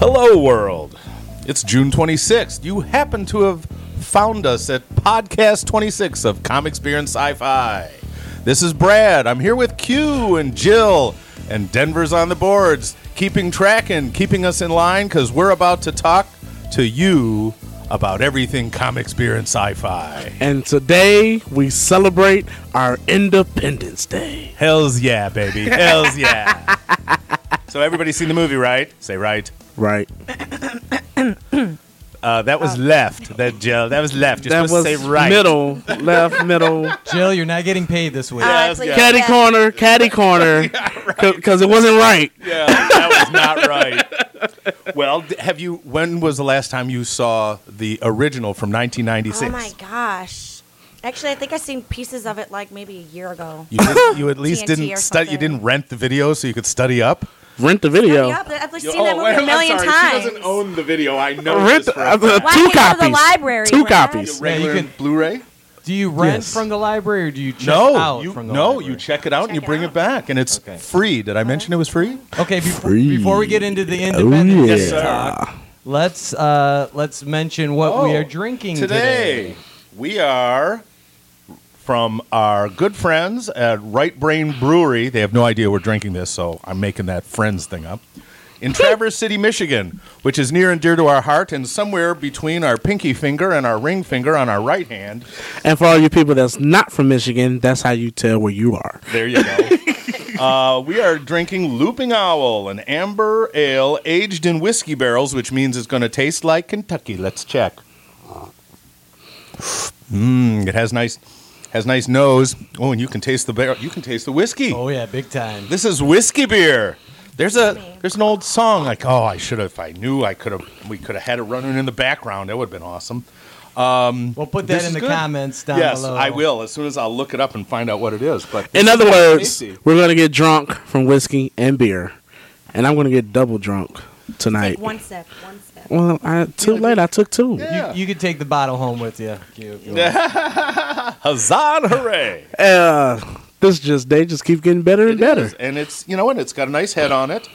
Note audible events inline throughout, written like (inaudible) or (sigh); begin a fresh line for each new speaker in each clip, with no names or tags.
Hello, world. It's June 26th. You happen to have found us at Podcast 26 of Comic Experience Sci Fi. This is Brad. I'm here with Q and Jill, and Denver's on the boards, keeping track and keeping us in line because we're about to talk to you about everything Comic Experience Sci Fi.
And today we celebrate our Independence Day.
Hells yeah, baby. Hells
(laughs)
yeah. so, everybody's seen the movie, right? Say right.
Right.
Uh, that was left. That Jill. That was left. You're
that was
supposed to say right.
middle,
(laughs)
left, middle,
Jill, you're not getting paid this week.
Yeah.
actually,
yes.
caddy
yeah.
corner,
(laughs)
caddy corner, because it wasn't right.
Yeah, that was not right. (laughs) Well, d- have you? When was the last time you saw the original from 1996?
Oh my gosh. Actually, I think I seen pieces of it like maybe a year ago.
You, did,
(laughs)
you at least
TNT
didn't
or
study. You
something.
didn't rent the video so you could study up.
Rent the video.
Yeah, but I've seen
oh,
that movie a million times.
own the video. I know.
Rent uh,
Why
two
can't you go to the
copies.
library,
two
Brad?
copies.
regular Yeah, you can-
Blu-ray.
Do you rent
Yes.
from the library or do you check
No,
out
you,
from the
no,
library?
you check it out and you
Check it
bring it,
out. Uh-huh.
back, and it's
Okay.
free. Did I mention it was free?
Okay, before,
Free.
before we get into
Oh,
the independent
Oh, yeah.
Day talk, let's uh, let's mention what we
Oh,
are drinking
today.
today.
We are from our good friends at Right Brain Brewery. They have no idea we're drinking this, so I'm making that friends thing up. In Traverse City, Michigan, which is near and dear to our heart and somewhere between our pinky finger and our ring finger on our right hand.
And for all you people that's not from Michigan, that's how you tell where you are.
There you
(laughs)
go. uh, we are drinking Looping Owl, an amber ale aged in whiskey barrels, which means it's going to taste like Kentucky. Let's check. Mmm, it has nice, has nice nose. Oh, and you can taste the barrel. You can taste the whiskey.
Oh yeah, big time.
This is whiskey beer. There's a there's an old song like oh I should have if I knew I could have we could have had it running in the background that would have been awesome.
We'll put
this
that
is
in the
good.
comments down
yes,
below.
I will as soon as I'll look it up and find out what it is. But
In other words,
tasty.
we're gonna get drunk from whiskey and beer, and I'm gonna get double drunk tonight.
Take one sip, one sip.
Well, I, too late. I took two.
Yeah.
You could take the bottle home with you. Q, if you want.
huzzah and hooray!
Uh, this just they just keep getting better and
It
better.
is, And it's you know what? It's got a nice head on it.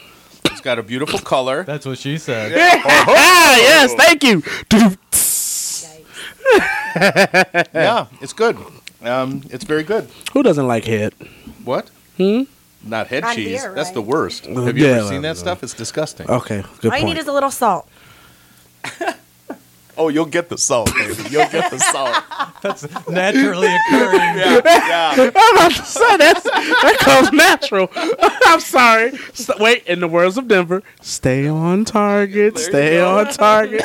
It's got a beautiful color.
That's what she said.
Ah, yes, thank you.
yeah, it's good. Um, it's very good.
Who doesn't like head?
What? Hmm? Not head
On
cheese.
beer,
That's the
right?
worst. Have you
yeah, uh,
ever seen
well,
that stuff? It's disgusting.
Okay, good
All you
point.
need is a little salt.
Oh, you'll get the salt, baby. (laughs) You'll get the salt.
That's naturally
(laughs)
occurring.
yeah, yeah.
I'm about to say that's, that comes natural. (laughs) I'm sorry. S- wait, in the words of Denver, stay on target.
There you
Stay
go.
on target.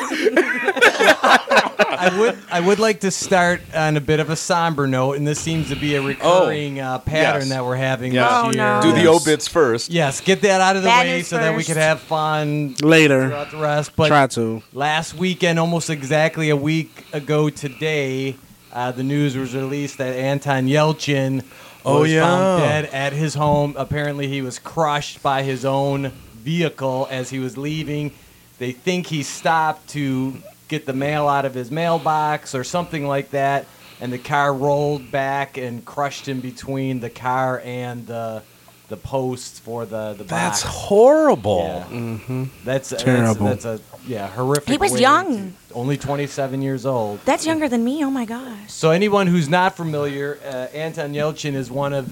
I would I would like to start on a bit of a somber note, and this seems to be a recurring uh, pattern
Oh. yes.
that we're having
Yes.
Oh,
this year.
no.
Do the
Yes.
obits first.
Yes, get that out of the
Bad
way
news
so that we
first.
could have fun
Later,
throughout the rest. But
try to.
last weekend, almost exactly a week ago today, uh, the news was released that Anton Yelchin was
Oh,
found
yeah.
dead at his home. Apparently, he was crushed by his own vehicle as he was leaving. They think he stopped to get the mail out of his mailbox or something like that, and the car rolled back and crushed him between the car and the the posts for the the
That's
box.
horrible.
Yeah. That's
Terrible.
terrible. That's, that's a yeah horrific.
He was
way
young.
to- only 27 years old.
That's younger than me. Oh my gosh.
So anyone who's not familiar, uh, Anton Yelchin is one of,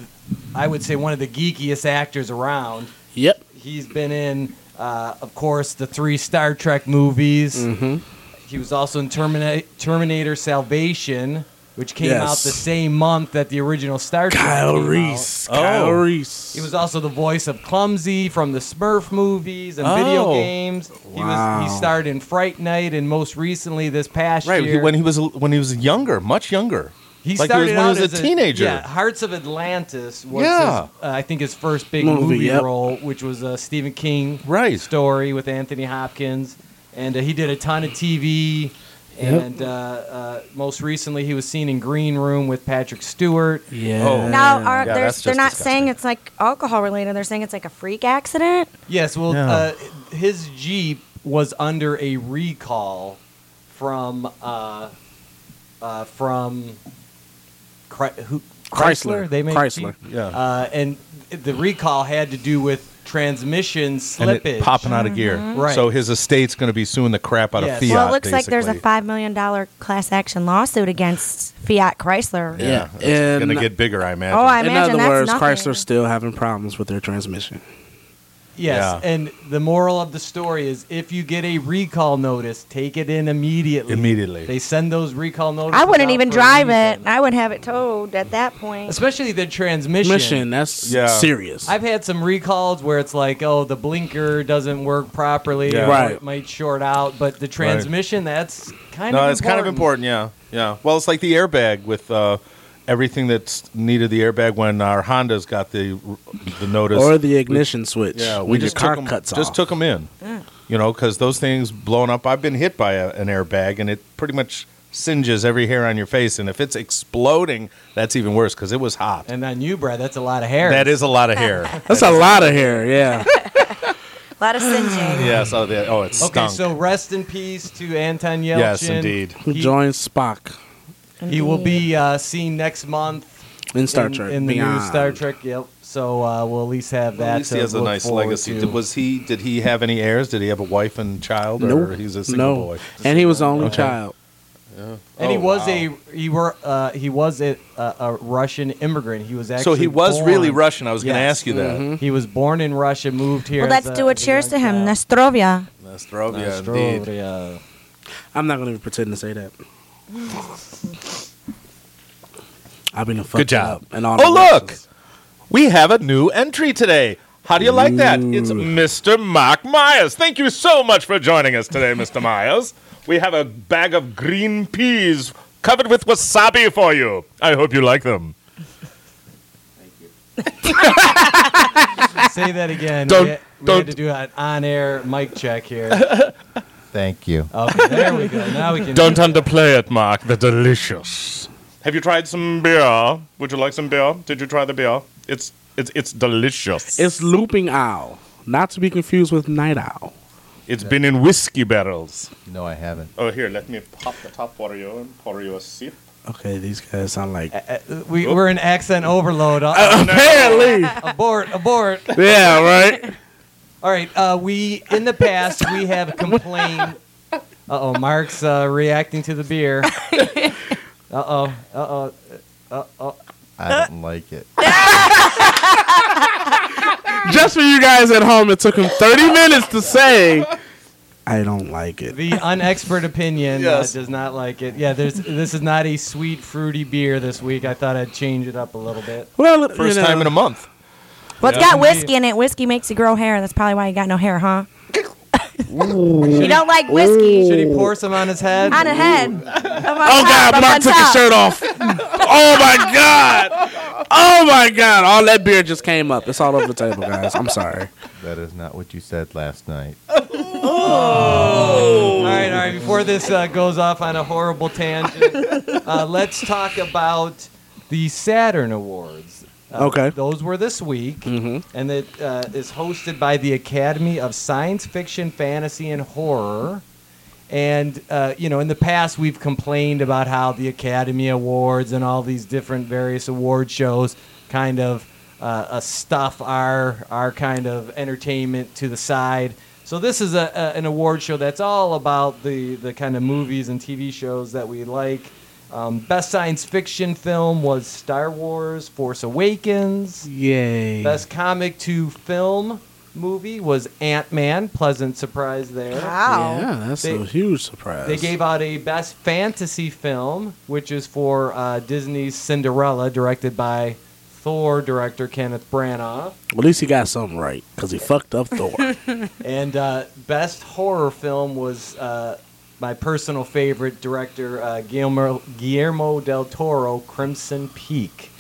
I would say, one of the geekiest actors around.
Yep.
He's been in, uh, of course, the three Star Trek movies. He was also in Termina- Terminator Salvation, which came out
Yes.
the same month that the original Star Trek.
Kyle
came out.
Reese. Kyle
Oh.
Reese.
He was also the voice of Clumsy from the Smurf movies and
Oh.
video games. He was
Wow.
he starred in Fright Night and most recently this past
Right
year.
he- when he was when he was younger, much younger. like
he
he was
started
when he
out
was a
as
teenager.
Yeah, Hearts of Atlantis was
Yeah.
his, uh, I think his first big
Movie,
movie,
yep.
role, which was a Stephen King
Right.
story with Anthony Hopkins, and uh, he did a ton of TV. And uh, uh, most recently, he was seen in Green Room with Patrick Stewart.
Yeah.
Oh.
Now, are,
Yeah,
they're,
that's
they're
just
not
disgusting.
saying it's like alcohol related. They're saying it's like a freak accident.
Yes, well,
No.
uh, his Jeep was under a recall from uh, uh, from Chry- who,
Chrysler.
They made
Chrysler.
Jeep?
Yeah.
uh, and the recall had to do with transmission
and it
slippage.
popping out of gear.
Right.
So his estate's going to be suing the crap out
Yes.
of Fiat.
well, it looks like there's a
basically.
five million dollar class action lawsuit against Fiat Chrysler.
Yeah,
Yeah,
it's going
and-
to get bigger, I imagine.
Oh, I
In
imagine
other
that's
words,
nothing.
Chrysler's still having problems with their transmission.
Yes,
Yeah.
and the moral of the story is if you get a recall notice, take it in immediately.
Immediately.
They send those recall notices.
I wouldn't
out
even
for a
drive it.
reason.
I would have it towed at that point.
Especially the transmission.
Mission, that's
Yeah.
serious.
I've had some recalls where it's like, oh, the blinker doesn't work properly,
Yeah.
or
Right.
it might short out, but the transmission, that's kind of
no, it's kind of important. Yeah, yeah. Well, it's like the airbag with uh, everything that's needed the airbag when our Hondas got the the notice.
or the ignition switch.
yeah,
when your car
took 'em-
cuts
just
off.
took them in. You know, because those things blown up. I've been hit by a, an airbag, and it pretty much singes every hair on your face. And if it's exploding, that's even worse because it was hot.
And on you, Brad, that's a lot of hair.
that is a lot of
(laughs)
hair.
that's a lot of hair.
(laughs)
Yeah,
A lot of singeing.
yeah. So the, oh, it's
Okay,
stunk.
so rest in peace to Anton Yelchin.
Yes, indeed.
Who
He-
joined Spock
He will be uh, seen next month
in Star
in,
Trek.
in the new
Beyond.
Star Trek. Yep. So uh, we'll at least have that.
At least he
to
has a
look
nice
forward
legacy.
to.
Did, was he? Did he have any heirs? Did he have a wife and child, or
Nope.
he's a single
no.
boy?
and he was the only child.
and he
Oh,
was
wow.
a he were uh, he was a, a, a Russian immigrant. He was actually
So he was
born-
really Russian. I was going to
Yes.
ask you that.
He was born in Russia, moved here.
Well,
as
let's do a
as
cheers to
young
him.
child.
Nostrovia.
Mm-hmm.
Nostrovia, indeed.
Nostrovia.
I'm not gonna even pretend to say that. I've been a fuck
Good job.
Up and all
Oh,
the
look!
races.
We have a new entry today. How do you like that? It's Mr. Mark Myers. Thank you so much for joining us today, Mr. Myers. We have a bag of green peas covered with wasabi for you. I hope you like them.
Say that
(laughs)
again.
Don't-
we had, we
don't-
had to do an on-air mic check here.
Thank you. (laughs)
Okay, there we go. Now we can.
Don't underplay it, Mark. They're delicious. Have you tried some beer? Would you like some beer? Did you try the beer? It's it's it's delicious. It's,
It's Looping Owl, not to be confused with Night Owl.
it's been in whiskey barrels.
No, I haven't.
Oh, here, let me pop the top for you and pour you a sip.
Okay, these guys sound like
We, we're in accent overload. Uh,
apparently.
uh.
abort! Abort!
yeah, right.
All right. Uh, we in the past we have
(laughs)
complained. Uh oh, Mark's uh, reacting to the beer. Uh oh. Uh oh.
I don't like it.
Just for you guys at home, it took him 30 minutes to say, "I don't like it."
The unexpert opinion
Yes.
uh, does not like it. Yeah, there's this is not a sweet fruity beer this week. I thought I'd change it up a little bit.
Well,
(laughs) First
you know,
time in a month.
Well, it's
Yeah.
got whiskey in it. Whiskey makes you grow hair. That's probably why you got no hair, huh? you don't like whiskey
Should he pour some on his head?
on a head. Of
Oh God, Mark took his shirt off.
(laughs)
oh my God. Oh my God. All that beer just came up. It's all over the table, guys. I'm sorry.
That is not what you said last night.
All right, all right. Before this uh, goes off on a horrible tangent, uh, let's talk about the Saturn Awards. Uh,
Okay.
Those were this week, and it uh, is hosted by the Academy of Science Fiction, Fantasy, and Horror. And uh, you know, in the past, we've complained about how the Academy Awards and all these different various award shows kind of uh, uh, stuff our our kind of entertainment to the side. So this is a, a an award show that's all about the the kind of movies and TV shows that we like. Um, best science fiction film was Star Wars: Force Awakens.
Yay.
Best comic to film movie was Ant Man. Pleasant surprise there.
Wow.
Yeah, that's
They-
a huge surprise.
They gave out a best fantasy film, which is for uh, Disney's Cinderella, directed by Thor director Kenneth Branagh,
Well, at least he got something right because he fucked up
(laughs)
Thor.
and uh, best horror film was uh, my personal favorite director uh, Guillermo Guillermo del Toro, Crimson Peak.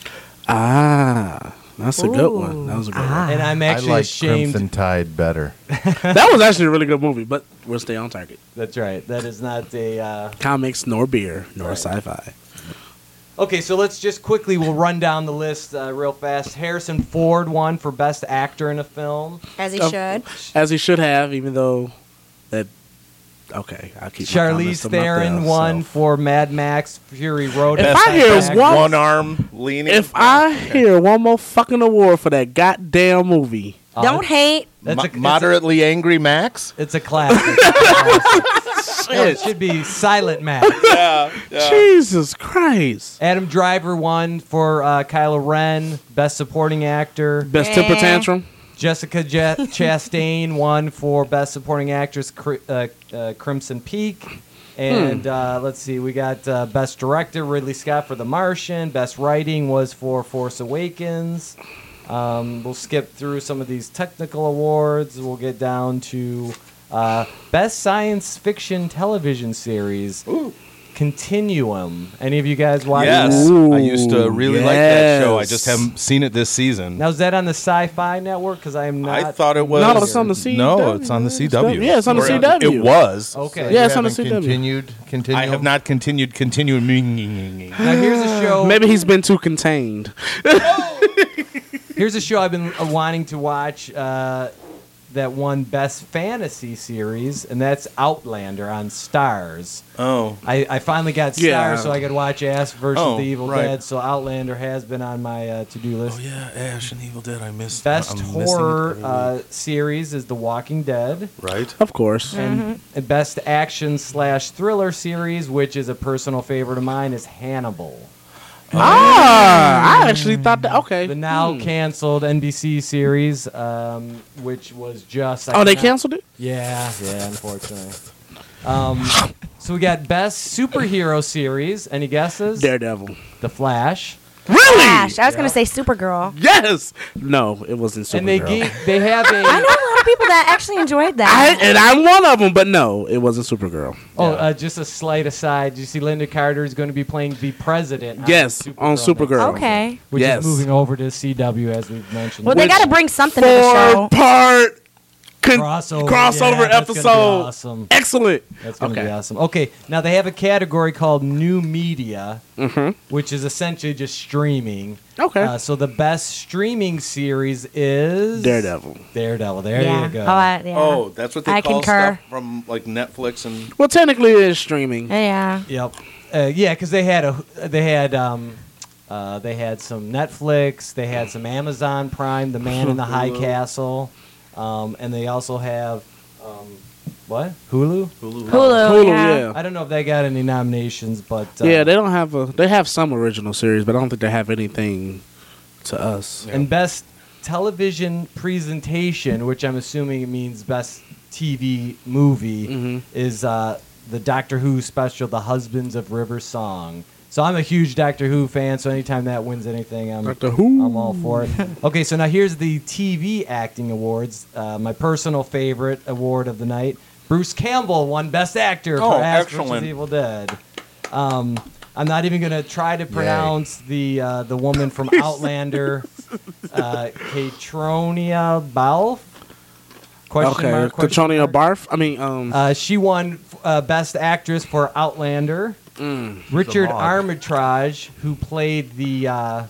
ah, that's a good
Ooh.
one. That was a good
Ah.
And I'm actually
I like
ashamed.
Crimson Tide better.
Ah.
one. That was actually a really good movie, but we'll stay on target.
That's right. That is not a. Uh,
Comics, nor beer, nor
Right.
sci-fi.
Okay, so let's just quickly we'll run down the list uh, real fast. Harrison Ford won for best actor in a film.
As he
Oh.
should.
As he should have, even though that. Okay, I'll keep. my comments
Charlize
to myself,
Theron won
so.
for Mad Max Fury Road.
If
Best
I hear
actor.
one-
arm leaning.
If I hear one more fucking award for that goddamn movie,
Don't hate.
That's
Mo-
a- it's a-
moderately angry Max.
It's a classic. It's a classic.
(laughs)
No, it should be Silent Max.
Jesus Christ.
Adam Driver won for uh, Kylo Ren, Best Supporting Actor.
Best
Yeah.
temper tantrum.
Jessica ja- Chastain won for Best Supporting Actress, Cri- uh, uh, Crimson Peak.
Hmm.
And uh, let's see, we got uh, Best Director, Ridley Scott for The Martian. Best Writing was for Force Awakens. Um, we'll skip through some of these technical awards. We'll get down to uh, Best Science Fiction Television Series. Continuum. Any of you guys watch
Yes,
that?
Ooh,
I used to really like that show. I
yes.
just haven't seen it this season.
Now, is that on the Sci Fi Network? Because I am not.
I thought it was.
No, it's on the CW.
No, it's on the CW.
Yeah, it's on the
Or
CW.
It was.
Okay.
Yeah,
You
it's on the
haven't
CW.
Continued, continued.
I have not continued continuing.
Now, here's
(gasps)
a show.
Maybe he's been too contained.
Here's a show I've been uh, wanting to watch uh, that won Best Fantasy Series, and that's Outlander on Stars.
Oh,
I, I finally got Stars
Yeah.
so I could watch Ash versus
Oh,
the Evil
right. Oh,
Dead, so Outlander has been on my uh, to do list.
yeah, Ash and Evil Dead. I missed.
Best
I'm missing
horror
it.
uh, series is The Walking Dead.
right.
Of course.
Uh-huh.
And and best action slash thriller series, which is a personal favorite of mine, is Hannibal.
Ah, I actually thought that. Okay.
Uh-huh. The now
Hmm.
canceled NBC series, um, which was just I
Oh, they
cannot-
canceled it.
Yeah, yeah, unfortunately. Um, so we got best superhero series. Any guesses?
Daredevil.
The Flash.
Really?
Gosh, I was gonna say Supergirl.
Yes. No, it wasn't Supergirl.
And they ge- they have
I know
a
a lot of people that actually enjoyed
I,
that.
and I'm one of them, but no, it wasn't Supergirl.
oh uh, just a slight aside. You see, Linda Carter is going to be playing the president. on
Yes, on Supergirl.
okay.
which
Yes.
is moving over to CW as we've mentioned.
Well, they
Which-
got to bring something to the show.
Four part con-
crossover,
crossover,
yeah, that's gonna be
episode.
awesome.
Excellent.
That's going to
Okay.
be awesome. Okay, now they have a category called new media,
Mm-hmm.
which is essentially just streaming.
Okay.
Uh, so the best streaming series is
Daredevil.
Daredevil. There
yeah.
you go.
Oh, I- yeah.
Oh, that's what they
I
call
concur.
stuff from like Netflix and.
Well, technically, it is streaming.
Yeah.
Yep. Uh, yeah, because they had a they had um, uh, they had some Netflix, they had some Amazon Prime, The Man in the High Castle, um, and they also have um, what Hulu.
Hulu.
Hulu,
yeah.
yeah.
I don't know if they got any nominations, but uh,
Yeah, they don't have a. They have some original series, but I don't think they have anything to us.
and best television presentation, which I'm assuming means best TV movie, is uh, the Doctor Who special, The Husbands of River Song. So I'm a huge Doctor Who fan, so anytime that wins anything, I'm
Doctor Who.
I'm all for it. Okay, so now here's the TV acting awards. Uh, my personal favorite award of the night. Bruce Campbell won Best Actor
Oh,
for Ash vs.
excellent.
Evil Dead. Um, I'm not even gonna try to pronounce the uh, the woman from Outlander, uh, Catronia Balf. Question
Okay,
mark, question
Katronia
mark.
Barf. I mean, um,
Uh, she won uh, Best Actress for Outlander. Richard
Mm, She's a mod.
Armitage, who played the uh,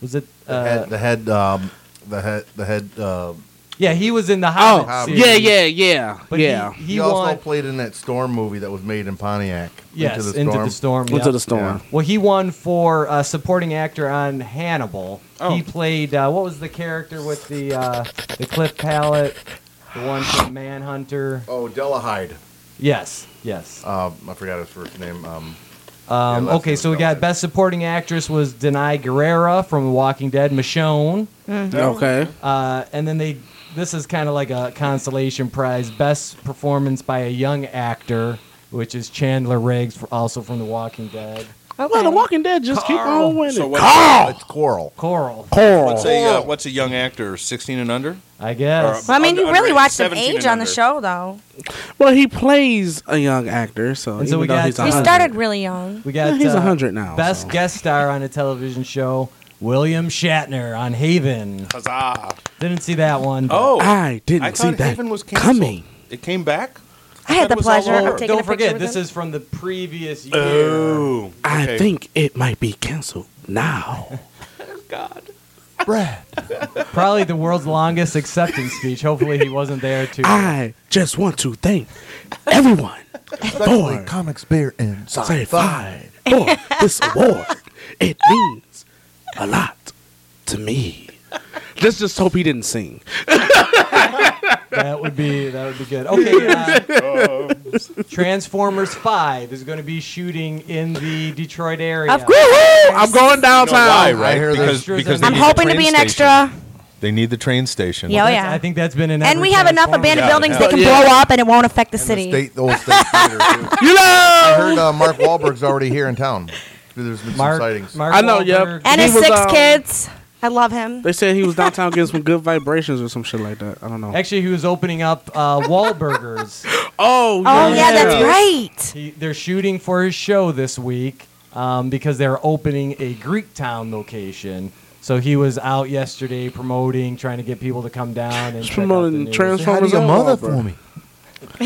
was it
the
uh,
head, the head, um, the head, the head. Uh,
Yeah, he was in the Hobbit
oh,
series.
yeah, yeah, yeah,
But
yeah.
he,
he,
he
also
won.
played in that storm movie that was made in Pontiac.
yes,
into
Into
the storm.
the Storm.
Went
yeah.
to the storm.
well, he won for uh, supporting actor on Hannibal.
Oh.
He played uh, what was the character with the uh, the cliff palette, the one from Manhunter.
Oh, Delahide.
Yes, yes.
Uh,
Um, I forgot his first name. Um,
Um,
yeah, last
okay,
name
so we
was
got
Delahide.
best supporting actress was Denai Guerrera from The Walking Dead, Michonne.
Okay.
Uh, and then they this is kind of like a consolation prize best performance by a young actor which is chandler riggs for, also from the walking dead
Well, The Walking Dead just keep on winning.
So what-
It's Coral.
coral
What's
Carl.
a uh, what's a young actor? Sixteen and under.
i guess
Well, I mean,
Under-
you really
underage,
watched some
17
age
and
on the
under.
show, though.
Well, he plays a young actor, so
And so
even
we
though
got-
he's
He
100.
He started really young.
we got
he's
uh,
100 now.
best
so.
guest star on a television show william shatner on haven
Huzzah!
didn't see that one but-
Oh,
I didn't
I
see
thought
that
Haven was canceled.
coming.
It came back.
I had
That
the
was all
pleasure
over.
of taking a
don't
picture
forget
with
this
him.
is from the previous year
Oh,
I think it might be canceled now.
God.
probably the world's longest acceptance speech hopefully he wasn't there to
I just want to thank everyone
Especially
Four.
comics, beer, and
certified for this award. It means a lot to me. Just just hope he didn't sing.
That would be that would be good. Okay. Uh, Transformers Five is going to be shooting in the Detroit area.
Of course.
I'm going
You know why,
downtown.
right?
hear this.
Because,
Sure
because
they
they
I'm
need the
hoping to
train
be an
station.
extra.
They need the train station.
Yeah, oh
That's-
yeah.
I think that's been in.
and
every
we have enough
Transformers.
abandoned
Yeah,
buildings
yeah.
that can
Yeah.
blow up and it won't affect the
And the
city.
state, the old state theater,
(laughs)
too.
You know.
I heard uh, Mark Wahlberg's already here in town. There's been some
Mark,
sightings.
Mark
I know, yep.
Wahlberg.
and
He
his
was,
six
um,
kids. I love him.
They said he was downtown getting some good vibrations or some shit like that. I don't know.
Actually, he was opening up uh, Wahlburgers.
Oh,
Oh yeah,
Yeah.
that's right.
He, they're shooting for his show this week um, because they're opening a Greek town location. So he was out yesterday promoting, trying to get people to come down and
Just
check out the
promoting
new-
trans-
Say hi to your mother for me.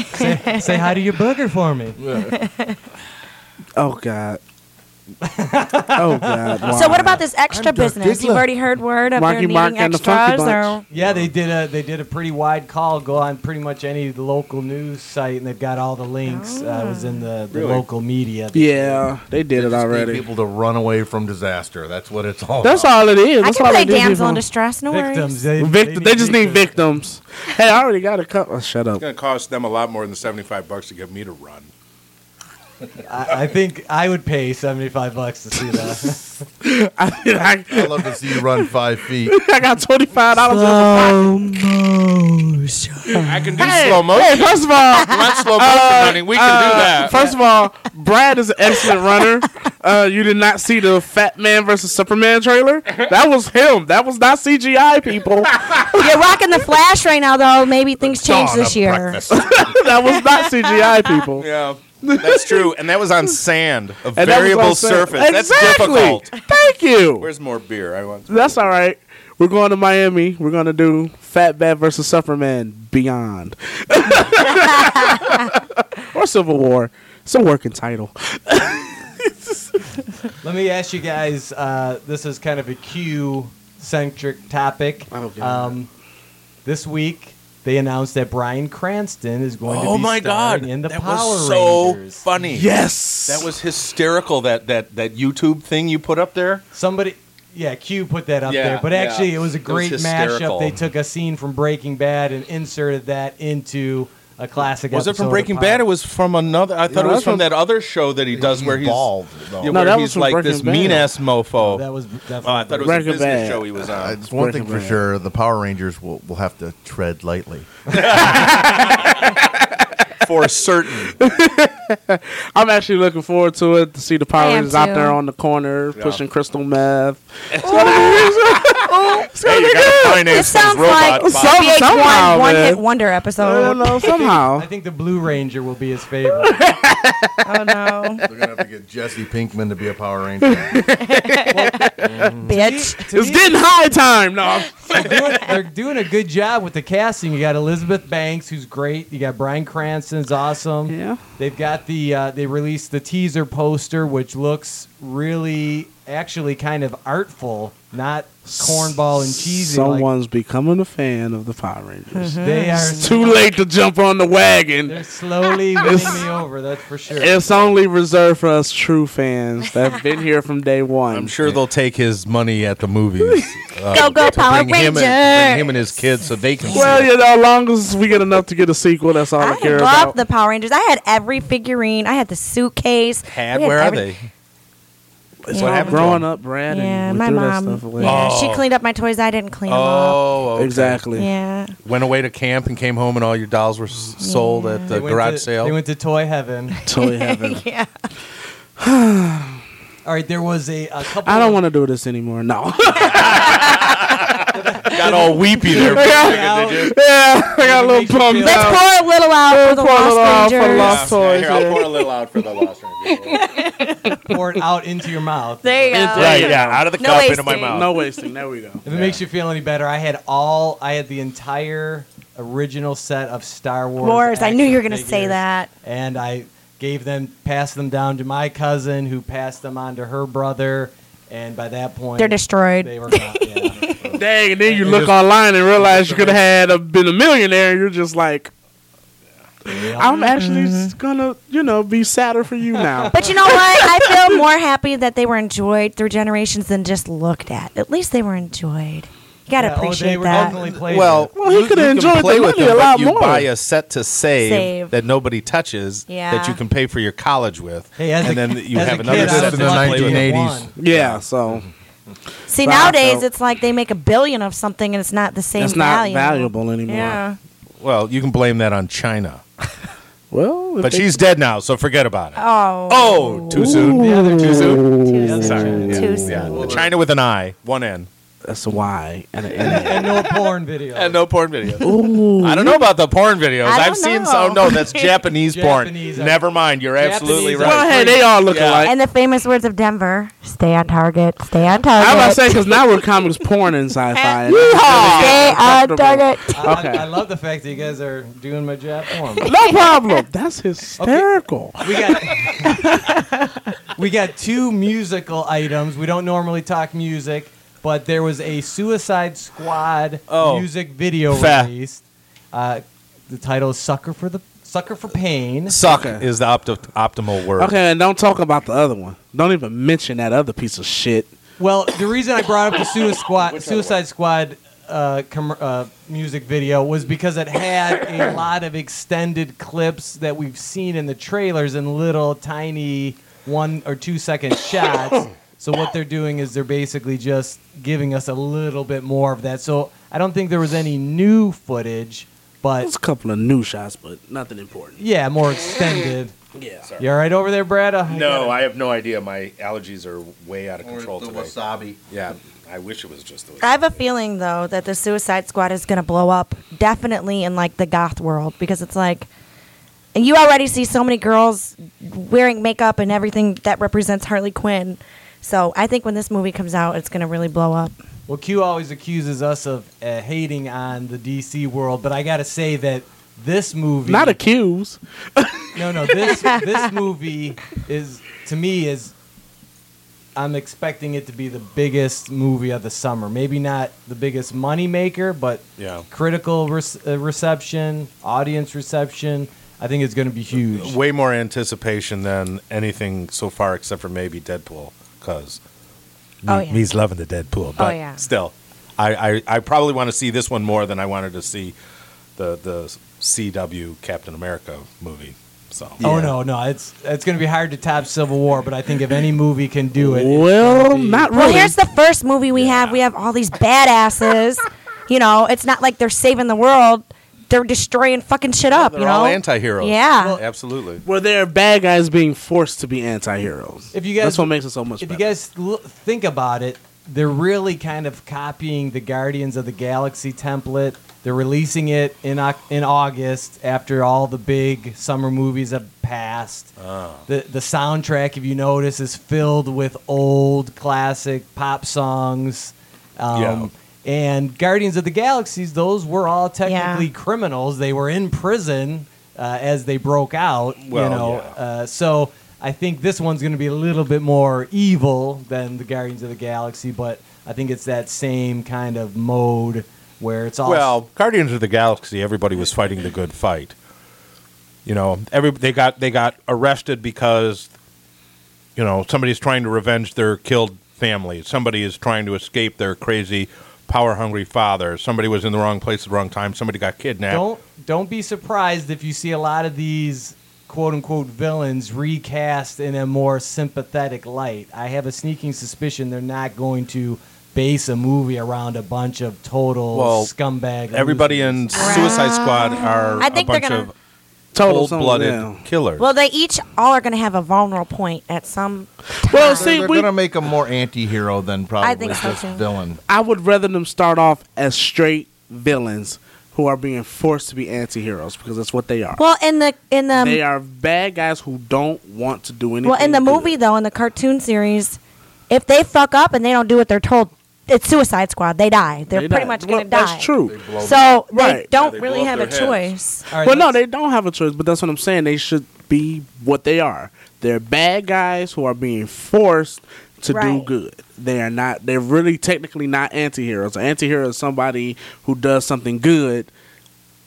say, say hi to your booger for me.
Oh god. oh god. Wow.
So what about this extra
I'm Dirk
business? You've
Diggler.
already heard word of
Marky
there needing
Mark and the Funky
extras. Or,
Bunch.
Yeah, they did a they did a pretty wide call. Go on pretty much any local news site, and they've got all the links. Uh, it was in the, the local media.
Yeah, they did it already.
people to run away from disaster. That's what it's all
That's
about.
all it is.
I
That's
can
all
play
they do,
damsel in
people.
distress. No
Victims.
worries.
They,
Vict- they just need victims. Hey, I already got a couple. Oh, shut
(laughs)
up. (laughs)
It's going to cost them a lot more than 75 bucks to get me to run.
I, I think I would pay seventy five bucks to see that.
I,
I'd love to see you run five feet.
I got twenty five dollars. in my
I can do
pocket.
slow
Hey, Uh,
motion.
first
(laughs)
of all,
Not slow motion running. We can do that.
First of all, Brad is an excellent runner. Uh, you did not see the Fat Man versus Superman trailer. That was him. That was not CGI, people. (laughs)
You're rocking the Flash right now, though. Maybe things change this year.
that was not CGI, people.
yeah. That's true. And that was on sand, a
And that was
variable
all set.
surface.
Exactly.
That's difficult.
Thank you.
Where's more beer? I want.
That's all right. We're going to Miami. We're going to do Fat Bad versus Superman Beyond. (laughs) or Civil War. It's a working title.
Let me ask you guys. Uh, this is kind of a Q centric topic.
Oh, God.
Um, this week they announced that Brian Cranston is going to
Oh
be
my
starring
god!
in the
that
Power
was so
Rangers.
funny.
Yes.
That was hysterical. That that that YouTube thing you put up there.
Somebody, yeah, Q put that up
Yeah,
there. But
yeah.
actually, it was a
It was
great
hysterical.
mashup. They took a scene from Breaking Bad and inserted that into a classic.
Was it
episode
from
of
Breaking
Power-
Bad? It was from another. I thought
No,
it was
that's
from
from-
that other show that (laughs) he does where he's
bald. though. Uh,
yeah,
No,
where
that was
he's
from
like
Breaking
this
Bad.
mean ass mofo.
That was definitely.
oh, I thought it was
Breaking
a business
Bad.
show he was
Uh,
on.
it's one thing
Breaking
for
Bad.
sure. The Power Rangers will, will have to tread lightly.
For certain,
I'm actually looking forward to it to see the
I
Power
am
Rangers out
too.
there on the corner
Yeah.
pushing crystal meth.
hey, you
(laughs)
gotta
This
finance those
sounds
(laughs) robot.
like a
bots.
Some- somehow,
VH1 one
man.
hit wonder
I do
episode.
somehow.
I think the Blue Ranger will be his favorite.
(laughs)
Oh (laughs) no,
They're gonna have to get Jesse Pinkman to be a Power (laughs) Ranger.
Mm-hmm. bitch.
To
It's
me,
getting high time. No, I'm-
they're, doing, they're doing a good job with the casting. You got Elizabeth Banks, who's great. You got Brian Cranston's awesome.
Yeah.
They've got the uh, they released the teaser poster, which looks really actually kind of artful, not cornball and cheesy. like-
Someone's becoming a fan of the Power
(laughs)
Rangers.
they are
It's too late to jump on the wagon.
(laughs)
They're slowly winning me over. That's for sure.
It's only reserved for us true fans that have been here from day one.
I'm sure they'll take his money at the
(laughs)
movies. uh,
Go, go,
to
Power
bring him, and, bring
Rangers.
him and his kids so they can.
Well,
see
you know, as long as we get enough to get a sequel, that's all I,
I
care
love
about.
the Power Rangers. I had every figurine. I had the suitcase.
Had
We had
where are
every-
they?
It's
Yeah.
like
happened to
growing up, Brad,
Yeah,
and we
my
threw
mom.
that stuff away.
Yeah, she
Oh.
cleaned up my toys. I didn't clean
Oh, okay.
them up.
(laughs)
Exactly.
Yeah.
Went away to camp and came home, and all your dolls were s- sold at the
They went
garage
to-
sale.
They went to Toy Heaven.
Toy
(laughs)
heaven.
Yeah.
All right, there was a, a couple.
I don't
(laughs) of-
want to do this anymore. No. (laughs)
Got all weepy there.
(laughs) Yeah.
Did you?
yeah, I got a
Make
little
you
pumped
feel-
Let's
out.
pour a little out for the
Pour a little out
Lost
for
Rangers.
Lost- toys,
Here, I'll
yeah.
pour a little out for the Lost
(laughs)
Rangers.
pour it out into your mouth.
There you go.
right, yeah, out of the
No
cup into my
wasting.
mouth.
No wasting. There we go.
If it makes you feel any better, I had all. I had the entire original set of Star Wars.
Wars. I knew you were
action
gonna say
figures,
that.
And I gave them, passed them down to my cousin, who passed them on to her brother. And by that point,
They're destroyed.
They were
(laughs)
gone. Yeah.
(laughs) Dang, and then you look online and realize you could have had a, been a millionaire. You're just like, I'm actually just gonna, you know, be sadder for
(laughs)
you now.
But
(laughs)
you know what? I feel more happy that they were enjoyed through generations than just looked at. At least they were enjoyed. You gotta
Yeah, oh,
appreciate
they were
that.
definitely played
Well,
Well, he
you-
coulda
you can
enjoyed the
play with
money a
them, but
lot
you
more.
buy a set to save,
Save.
that nobody touches
Yeah.
that you can pay for your college with,
Hey, as
and
a-
then you
as
have
a
another
kid, I
set
was
to
the
play with.
1980s.
one.
Yeah,
Mm-hmm.
so
See,
So I
nowadays
felt-
it's like they make a billion of something and it's not the same
it's not
value.
valuable anymore.
Yeah.
Well, you can blame that on China,
Well, if
but
they-
she's dead now, so forget about it.
Oh.
oh, too soon.
The other
Too
two-
soon.
Too
Yeah,
soon.
Sorry. Yeah.
Too
Yeah.
soon.
China with an I, one N,
that's a Y and an N.
and no porn video.
and no porn videos.
Ooh,
I don't know about the porn videos.
I don't
I've seen
know.
some. No,
(laughs)
that's Japanese porn.
Japanese are-
Never mind. You're absolutely
Japanese
right.
are-
(laughs) well, hey, they all look
Yeah.
alike.
And the famous words of Denver stay on target, stay on target.
I was about to say because now we're comics porn
(laughs)
and sci-fi. and
Stay on
uncomfortable.
target.
I,
Okay.
I, I love the fact that you guys are doing my job for me.
No problem.
(laughs)
That's hysterical.
We got (laughs) we got two musical items. We don't normally talk music, but there was a Suicide Squad
Oh.
music video
Fa-
released. Uh, the title is "Sucker for the Sucker for Pain."
Suck
Okay.
is the opti- optimal word.
Okay, and don't talk about the other one. Don't even mention that other piece of shit.
Well, the reason I brought up the Suicide Squad, Suicide Squad uh, com- uh, music video was because it had a lot of extended clips that we've seen in the trailers in little tiny one or two second shots. So what they're doing is they're basically just giving us a little bit more of that. So I don't think there was any new footage,
It's
but
a couple of new shots, but nothing important.
yeah, more extended.
Yeah.
You all right over there, Brad? Uh,
No, I have no idea. My allergies are way out of control
the
today.
wasabi.
Yeah, I wish it was just the
I have a feeling though that the Suicide Squad is gonna blow up definitely in like the goth world because it's like and you already see so many girls wearing makeup and everything that represents Harley Quinn. So I think when this movie comes out it's gonna really blow up.
Well, Q always accuses us of uh, hating on the DC world, but I gotta say that this movie,
Not accused.
(laughs) no, no, this this movie is to me is I'm expecting it to be the biggest movie of the summer. Maybe not the biggest money maker, but
Yeah.
critical rec- uh, reception, audience reception. I think it's gonna be huge.
Way more anticipation than anything so far, except for maybe Deadpool, because
Oh, yeah. Oh,
me's loving the Deadpool. But
yeah.
still, I, I, I probably want to see this one more than I wanted to see the the CW Captain America movie. So
Oh no, no, it's it's gonna be hard to top Civil War, but I think if any movie can do it, it's
Well,
gonna be-
not
Well,
really.
here's the first movie we have. We have all these badasses. (laughs) you know, it's not like they're saving the world. They're destroying fucking shit up,
they're
you know?
all anti-heroes.
Yeah.
Well,
absolutely.
where there are bad guys being forced to be anti-heroes.
If you guys-
that's what makes it so much.
if you
better.
guys l- think about it, they're really kind of copying the Guardians of the Galaxy template. They're releasing it in Oc- in August after all the big summer movies have passed.
Ah.
The the soundtrack, if you notice, is filled with old classic pop songs. Um,
Yeah.
And Guardians of the Galaxies, those were all technically
Yeah.
criminals. They were in prison uh, as they broke out.
Well,
you know,
yeah.
uh, so I think this one's going to be a little bit more evil than the Guardians of the Galaxy, but I think it's that same kind of mode where it's all
Well, Guardians of the Galaxy, everybody was fighting the good fight. You know, every they got they got arrested because you know somebody's trying to revenge their killed family. Somebody is trying to escape their crazy, power hungry father. Somebody was in the wrong place at the wrong time. Somebody got kidnapped.
don't don't be surprised if you see a lot of these quote unquote villains recast in a more sympathetic light. I have a sneaking suspicion they're not going to base a movie around a bunch of total
Well,
scumbag.
Everybody in
losers.
Suicide Squad are
I think
a
they're
bunch
gonna-
of
Total
cold
someone,
blooded
yeah.
killers.
well, they each all are going to have a vulnerable point at some time.
Well,
They're,
See,
they're
we-
gonna make him more anti-hero than probably
think so,
just
too.
villain.
I would rather them start off as straight villains who are being forced to be anti-heroes because that's what they are.
Well, in the in the
they are bad guys who don't want to do anything.
Well, in the
good.
movie though, in the cartoon series, if they fuck up and they don't do what they're told, it's Suicide Squad. They die. They're
They
pretty
die.
much
Well,
going to die.
That's true.
So they
Right.
don't
Yeah, they
really
blow up
have a
their heads.
choice.
All right,
well, no,
let's-
they don't have a choice, but that's what I'm saying. They should be what they are. They're bad guys who are being forced to do
Right.
good. They are not, they're really technically not anti heroes. An anti hero is somebody who does something good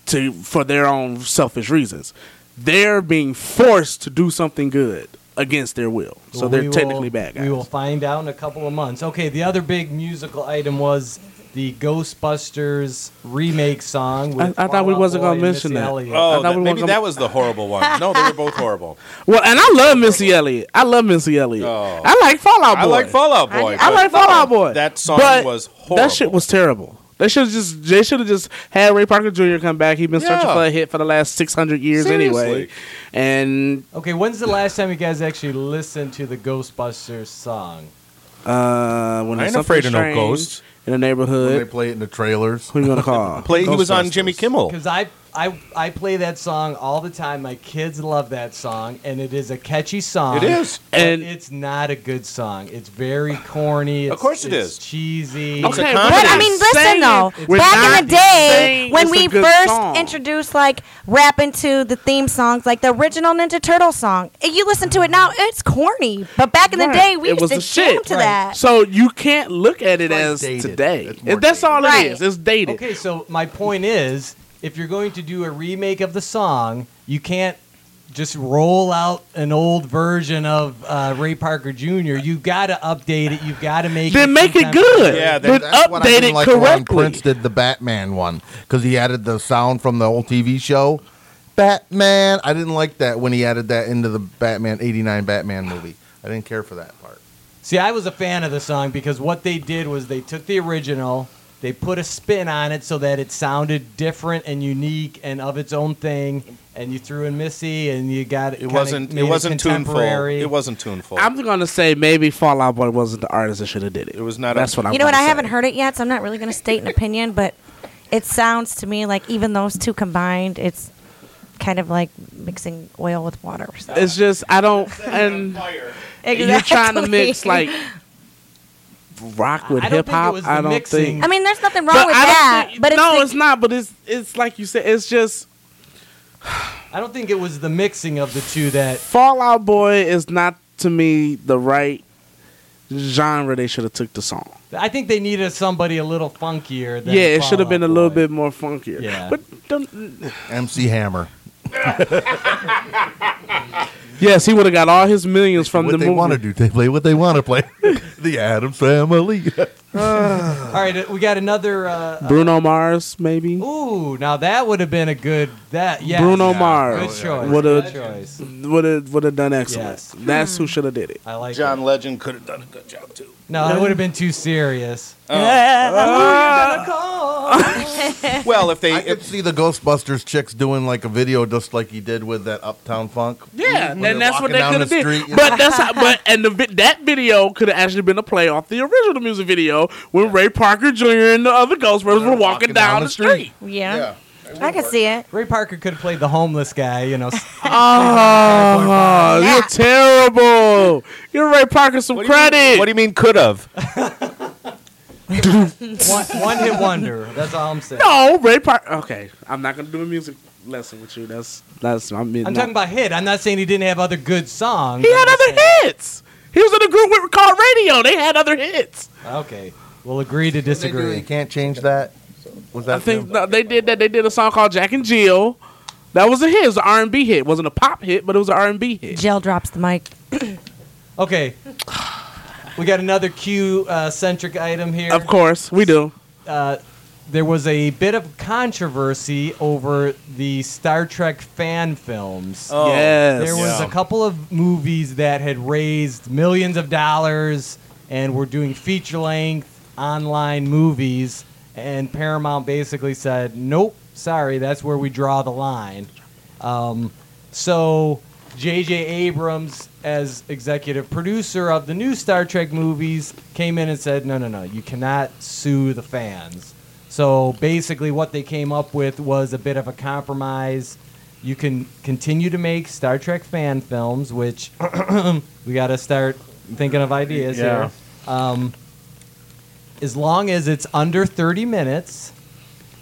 to for their own selfish reasons. They're being forced to do something good against their will. So
Well,
they're
we
technically
will-
bad guys.
We will find out in a couple of months. Okay, the other big musical item was the Ghostbusters remake song.
I-
With
I thought we
Fall Out
wasn't gonna
Boy and
mention
Missy
that.
Elliott.
I
Oh,
thought
that,
we were
maybe
gonna-
that was the horrible one. No, they were both horrible.
Well, and I love Missy Elliott. I love Missy Elliott.
Oh.
I like Fallout Boy.
I like Fallout
I-
Boy.
I
but
like Fallout Boy.
That song
but
was horrible.
That shit was terrible. They should have just they should have just had Ray Parker Jr. come back. He's been searching
Yeah.
for a hit for the last six hundred years anyway.
Seriously.
And
Okay, when's the last time you guys actually listened to the Ghostbusters song?
uh, when
I
there's
ain't afraid
something
of no
strange
ghosts.
in the
When they
neighborhood.
play it in the trailers.
Who you gonna
(laughs)
call?
Play, he was on
Ghostbusters.
Jimmy
(laughs)
Kimmel.
Because I, I I play that song all the time. My kids love that song, and it is a catchy song.
It is.
And-
and it's not a good song. It's very corny. It's,
Of course it
it's
is.
cheesy.
It's a
Okay,
comedy.
But
I'm
I mean,
not
listen
saying
though.
we're
Back in
not
the day,
saying
when
it's
we
a good
first
song.
introduced like rap into the theme songs, like the original Ninja Turtle song, if you listen to it now, it's corny. But back in the
Right.
day, we
It
used
was
to
the
jam
shit.
to
Right.
that.
So you can't look at it
It's like
as
dated.
today.
It's more
That's all
dated.
it is. It's dated.
Okay, so my point is, if you're going to do a remake of the song, you can't just roll out an old version of uh, Ray Parker Jr. You've got to update it. You've got to make
Then
it
make it
sometime-
good.
Yeah, that-
then
That's what I
update
didn't
it
like when Prince
correctly.
did the Batman one because he added the sound from the old TV show. Batman. I didn't like that when he added that into the Batman '89 Batman movie. I didn't care for that part.
See, I was a fan of the song because what they did was they took the original, they put a spin on it so that it sounded different and unique and of its own thing, and you threw in Missy and you got it.
It
kinda
wasn't.
made
It wasn't tuneful.
contemporary.
It wasn't tuneful.
I'm gonna say maybe Fallout Boy wasn't the artist that should have did it.
It was not
That's
up-
what I'm.
you know what?
gonna
I
say.
haven't heard it yet, so I'm not really going to state an opinion. But it sounds to me like even those two combined, it's kind of like mixing oil with water. So.
It's just I don't. And you're trying to
(laughs)
mix like rock with
I don't
hip
think it
hop.
was the
I don't
mixing.
think.
I mean, there's nothing wrong
But
with
I don't
that.
think-
but it's
no,
the-
it's not. But it's it's like you said. It's just
I don't think it was the mixing of the two that
Fallout Boy is not to me the right genre. They should have took the song.
I think they needed somebody a little funkier. Than
yeah, it should have
Fall
been a
Out
little
Boy.
bit more funkier.
Yeah.
But don't,
MC Hammer.
yes, he would have got all his millions from
what
the
they
movie.
want to do, they play what they want to play. (laughs) the Adams Family.
All right, we got another. Uh,
Bruno Mars, maybe.
ooh, now that would have been a good that. Yes,
Bruno
yeah,
Oh,
Mars
Good choice.
would
Good
have
choice.
would have would have done excellent.
Yes.
That's who should have did it.
I like
John
It.
Legend could have done a good job too.
No, that would have been too serious.
Well, if they
I could
if,
see the Ghostbusters chicks doing like a video just like he did with that Uptown Funk.
Yeah,
When
and
they're
that's what
walking
they
down
could have
the
did.
street, you
But that's how, but and the vi- that video could have actually been a play off the original music video when Ray Parker Jr. and the other Ghostbusters were walking, down, the street.
yeah, I can see it.
Ray Parker could have played the homeless guy.
(laughs)
You know, s-
Oh,
Yeah.
you're terrible! Give Ray Parker some
what do you mean-
credit.
what do you mean could have?
one, one hit wonder. That's all I'm saying.
no, Ray Parker. Okay, I'm not gonna do a music lesson with you. That's that's I mean,
I'm
no.
talking about hit. I'm not saying he didn't have other good songs.
He
I'm
had
just
other hits. He was in a group with called Radio. They had other hits.
saying- Okay, we'll agree to
They do, you
disagree.
can't change that. Was that
I think
him?
no, they did that. They did a song called Jack and Jill. That was a hit. It was an R and B hit. It wasn't a pop hit, but it was an R and B hit.
Jill drops the mic.
Okay, we got another Q uh, centric item here.
Of course, we do.
uh, there was a bit of controversy over the Star Trek fan films.
Oh,
yes.
there was
Yeah.
a couple of movies that had raised millions of dollars and were doing feature length online movies, and Paramount basically said, "Nope, sorry, that's where we draw the line." Um, so J.J. Abrams, as executive producer of the new Star Trek movies, came in and said, "No, no, no, you cannot sue the fans." So basically, what they came up with was a bit of a compromise. You can continue to make Star Trek fan films, which we got to start thinking of ideas
Yeah.
here. Um, as long as it's under 30 minutes,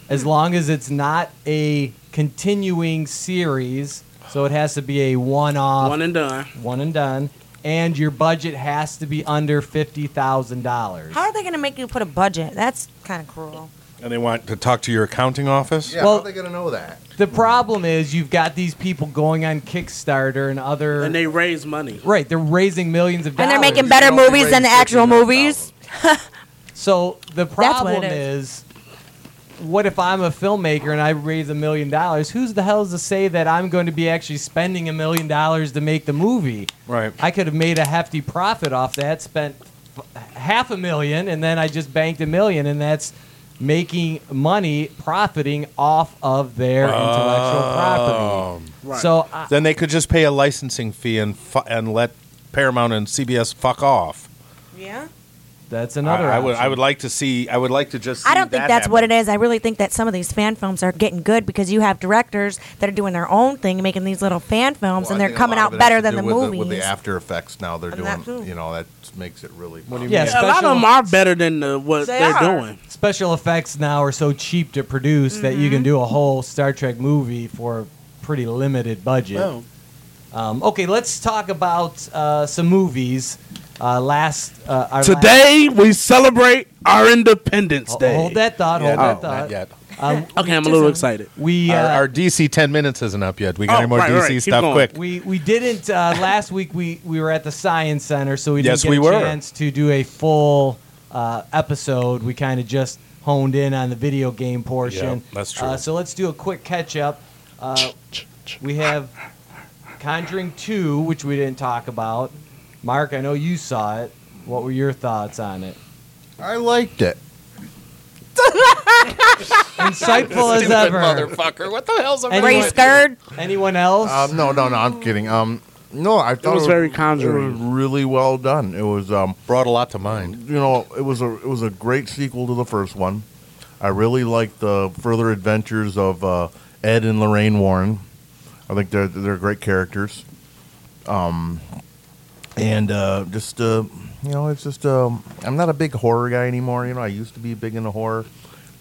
as long as it's not a continuing series, so it has to be a one-off,
One and done.
one and done, and your budget has to be under fifty thousand dollars.
How are they going to make you put a budget? That's kind of cruel.
And they want to talk to your accounting office.
Yeah,
Well-
how are they gonna know that?
The problem is you've got these people going on Kickstarter and other.
And they raised money.
right, they're raising millions of
And
dollars.
they're making
You
better
can only
movies than the
raise
actual
59,000.
movies.
So the
what it
problem
is.
is. what if I'm a filmmaker and I raise a million dollars? Who's the hell is to say that I'm going to be actually spending a million dollars to make the movie?
Right.
I could have made a hefty profit off that, spent f- half a million, and then I just banked a million, and that's making money profiting off of their intellectual property.
Um,
Right.
So I,
Then they could just pay a licensing fee and fu- and let Paramount and CBS fuck off.
Yeah.
that's another.
I, I would I
option.
would like to see I would like to just.
I don't think that's what it is. I really think that some of these fan films are getting good because you have directors that are doing their own thing, making these little fan films,
Well,
and
I
they're
think a lot
coming
of
out
it has
better
to
than
do
the
with
movies.
with the After Effects now they're
And that
doing.
too.
You know that makes it really. What
do you
Yeah,
mean?
a lot of
special-
them are better than the, what
They
they are
are.
doing.
special effects now are so cheap to produce that you can do a whole Star Trek movie for pretty limited budget.
Oh.
Um, okay, let's talk about uh, some movies. Uh, last uh, our
Today we celebrate our Independence
last,
Day.
hold that thought.
Yeah, Oh,
hold that
not,
thought.
not yet.
Um,
Okay, I'm a little excited.
we uh,
Our, our DC ten minutes isn't up yet. We got
Oh,
any more
right,
DC
right, keep
stuff?
going.
Quick.
we we
(laughs)
didn't uh, last week. We we were at the Science Center, so we didn't
Yes,
get
we
a
were.
chance to do a full uh, episode. We kind of just honed in on the video game portion.
Yeah, that's true.
Uh, so let's do a quick catch up. Uh, we have Conjuring Two, which we didn't talk about. Mark, I know you saw it. What were your thoughts
(laughs)
on it?
I liked it.
Insightful as
Stupid
ever.
motherfucker. What the hell's up?
And-
Were you scared?
Anyone else?
Um, no, no, no. I'm kidding. Um, no, I thought
was very
It was
Conjuring.
really well done. It was um,
Brought a lot to mind.
you know, it was a it was a great sequel to the first one. I really liked the further adventures of uh, Ed and Lorraine Warren. I think they're they're great characters. Um, and uh, just uh, you know, it's just um, I'm not a big horror guy anymore. You know, I used to be big into horror.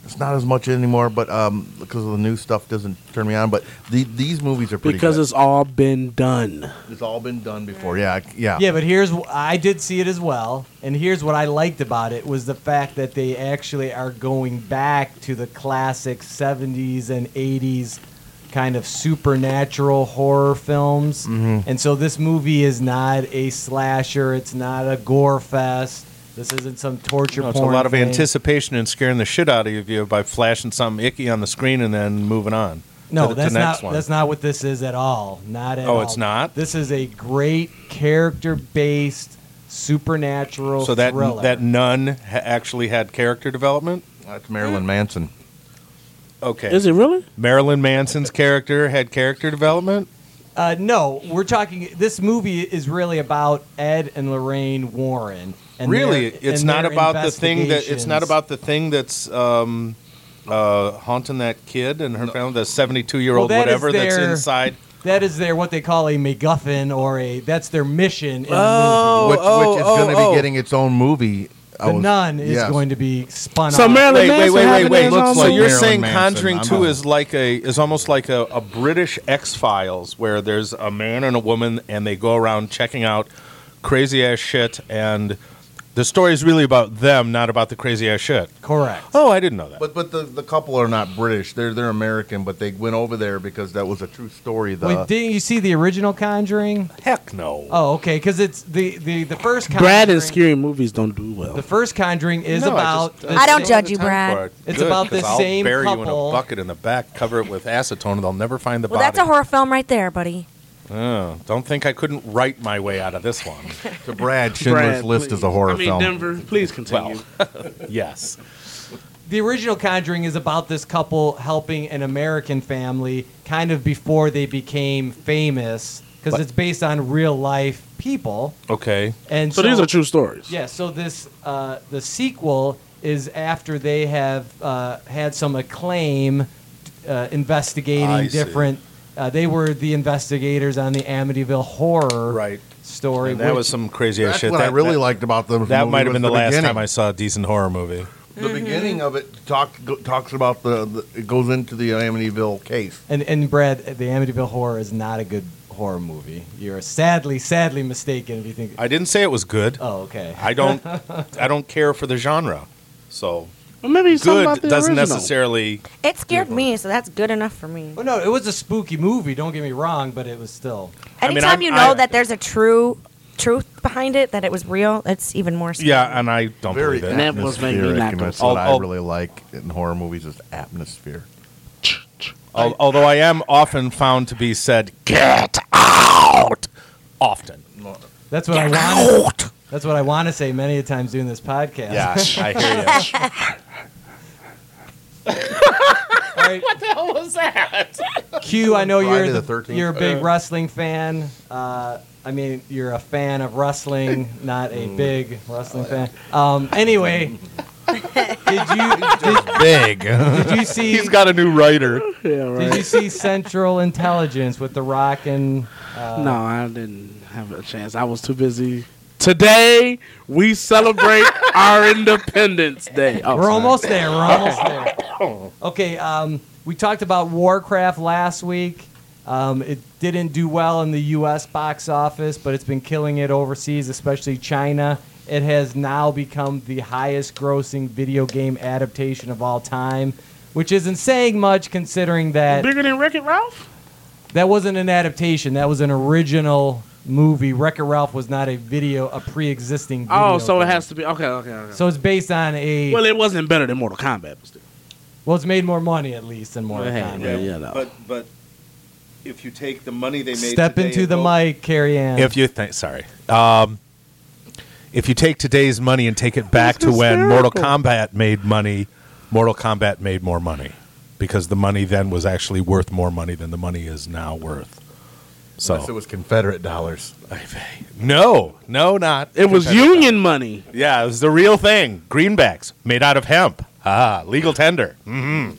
It's not as much anymore, but um, because of the new stuff doesn't turn me on. But the, these movies are pretty
because
good.
it's all been done.
it's all been done before. Yeah, I- yeah,
Yeah, but here's wh- I did see it as well, and here's what I liked about it was the fact that they actually are going back to the classic '70s and '80s kind of supernatural horror films,
Mm-hmm.
and so this movie is not a slasher. It's not a gore fest. This isn't some torture.
No, it's a
porn
lot of
thing.
anticipation and scaring the shit out of you by flashing something icky on the screen and then moving on. to
No,
the- to
that's
next
not
one.
that's not what this is at all. Not at all.
Oh, it's not?
This is a great character-based supernatural
So that
thriller.
that nun ha- actually had character development.
that's Marilyn Manson.
Okay.
Is it really?
Marilyn Manson's character had character development.
Uh, no, we're talking. This movie is really about Ed and Lorraine Warren. And
really,
their-
it's
and
not
their
about the thing that it's not
investigations.
about the thing that's um, uh, haunting that kid and her family, the seventy-two-year-old
Well, that is
whatever that's
their-
inside.
That is their what they call a MacGuffin or a that's their mission. In
Oh,
which, which is
oh,
going to
oh.
be getting its own movie. Oh,
the movie. The nun is going to be spun
So
off.
Wait, wait,
Marilyn Manson
wait, wait,
having
wait!
his
looks
own
like
so you're
movie?
Marilyn
saying
Manson.
Conjuring
I'm
Two
out.
is like a is almost like a, a British X Files, where there's a man and a woman, and they go around checking out crazy ass shit, and the story is really about them, not about the crazy ass shit.
Correct.
Oh, I didn't know that.
But but the, the couple are not British. They're they're American, but they went over there because that was a true story. The
Wait, didn't you see the original Conjuring?
Heck no.
Oh, okay, because it's the the the first. Conjuring,
Brad and scary movies don't do well.
The first Conjuring is
No,
about.
just-
the
I don't
same-
judge you, Brad.
It's about the
'cause I'll
same
bury you in
couple.
a bucket in the back, cover it with acetone, and they'll never find the
Well,
body.
that's a horror film right there, buddy.
Oh, don't think I couldn't write my way out of this one.
to Brad Schindler's
Brad,
List is a
please.
horror
I mean,
film.
Denver, please continue.
yes.
the original Conjuring is about this couple helping an American family kind of before they became famous because
But-
it's based on real life people.
Okay.
And
so, these are true stories.
Yeah. So this uh, the sequel is after they have uh, had some acclaim uh, investigating
I see.
different. Uh, they were the investigators on the Amityville horror
Right.
story.
And that
which-
was some crazy ass
That's
shit.
what
that,
I really
that,
liked about the
That
movie
might have
was
been the, last
beginning.
time I saw a decent horror movie.
The
Mm-hmm.
beginning of it talk, go, talks about the, the it goes into the Amityville case.
And and Brad, the Amityville horror is not a good horror movie. You're sadly, sadly mistaken if you think.
I didn't say it was good.
oh, okay.
I don't. I don't care for the genre. So
Well, maybe it's something
good
about the
doesn't
original.
necessarily.
It scared me, so that's good enough for me.
Well, no, it was a spooky movie. Don't get me wrong, but it was still.
I mean,
Anytime
I'm-
you know
I-
that there's a true truth behind it that it was real, it's even more. Scary.
Yeah, and I don't
Very
believe it.
That was making me
atmospheric,
not
and
go
that's
see it.
what I
I'll-
really like in horror movies is atmosphere.
Al- although I am often found to be said, "Get out!" Often.
That's what I want. That's what I want to say many a times doing this podcast.
Yeah, I hear you.
(laughs) All right,
What was that?
Q, I know
Friday
you're
the
the
13th.
you're a big wrestling fan. Uh, I mean, you're a fan of wrestling, not a big wrestling fan. Um, anyway, did you did,
(laughs)
Big.
did you see
He's got a new writer.
Yeah, right.
did you see Central Intelligence with The Rock and uh,
no, I didn't have a chance. I was too busy. Today we
(laughs)
celebrate our Independence Day. Oh,
We're
sorry. (laughs)
almost there. We're almost there. Okay, um, we talked about Warcraft last week. Um, it didn't do well in the U.S. box office, but it's been killing it overseas, especially China. It has now become the highest grossing video game adaptation of all time, which isn't saying much considering that
bigger than Wreck It Ralph.
that wasn't an adaptation. That was an original movie. Wreck It Ralph was not a video, a pre existing video.
Oh, so it
game.
has to be okay. Okay. okay.
So it's based on a.
well, it wasn't better than Mortal Kombat. But still.
Well, it's made more money at least than Mortal
Hey,
Kombat.
yeah, yeah, no.
But but if you take the money they made,
Step
today
into
and
the
go-
mic, Carrie Ann.
If you think, sorry. Um, if you take today's money and take it back to when Mortal Kombat made money, Mortal Kombat made more money because the money then was actually worth more money than the money is now worth.
Unless it
So
was
(laughs)
Confederate dollars.
no, no, not.
It was
competitive.
union money.
Yeah, it was the real thing. Greenbacks made out of hemp. Ah, legal tender.
I'm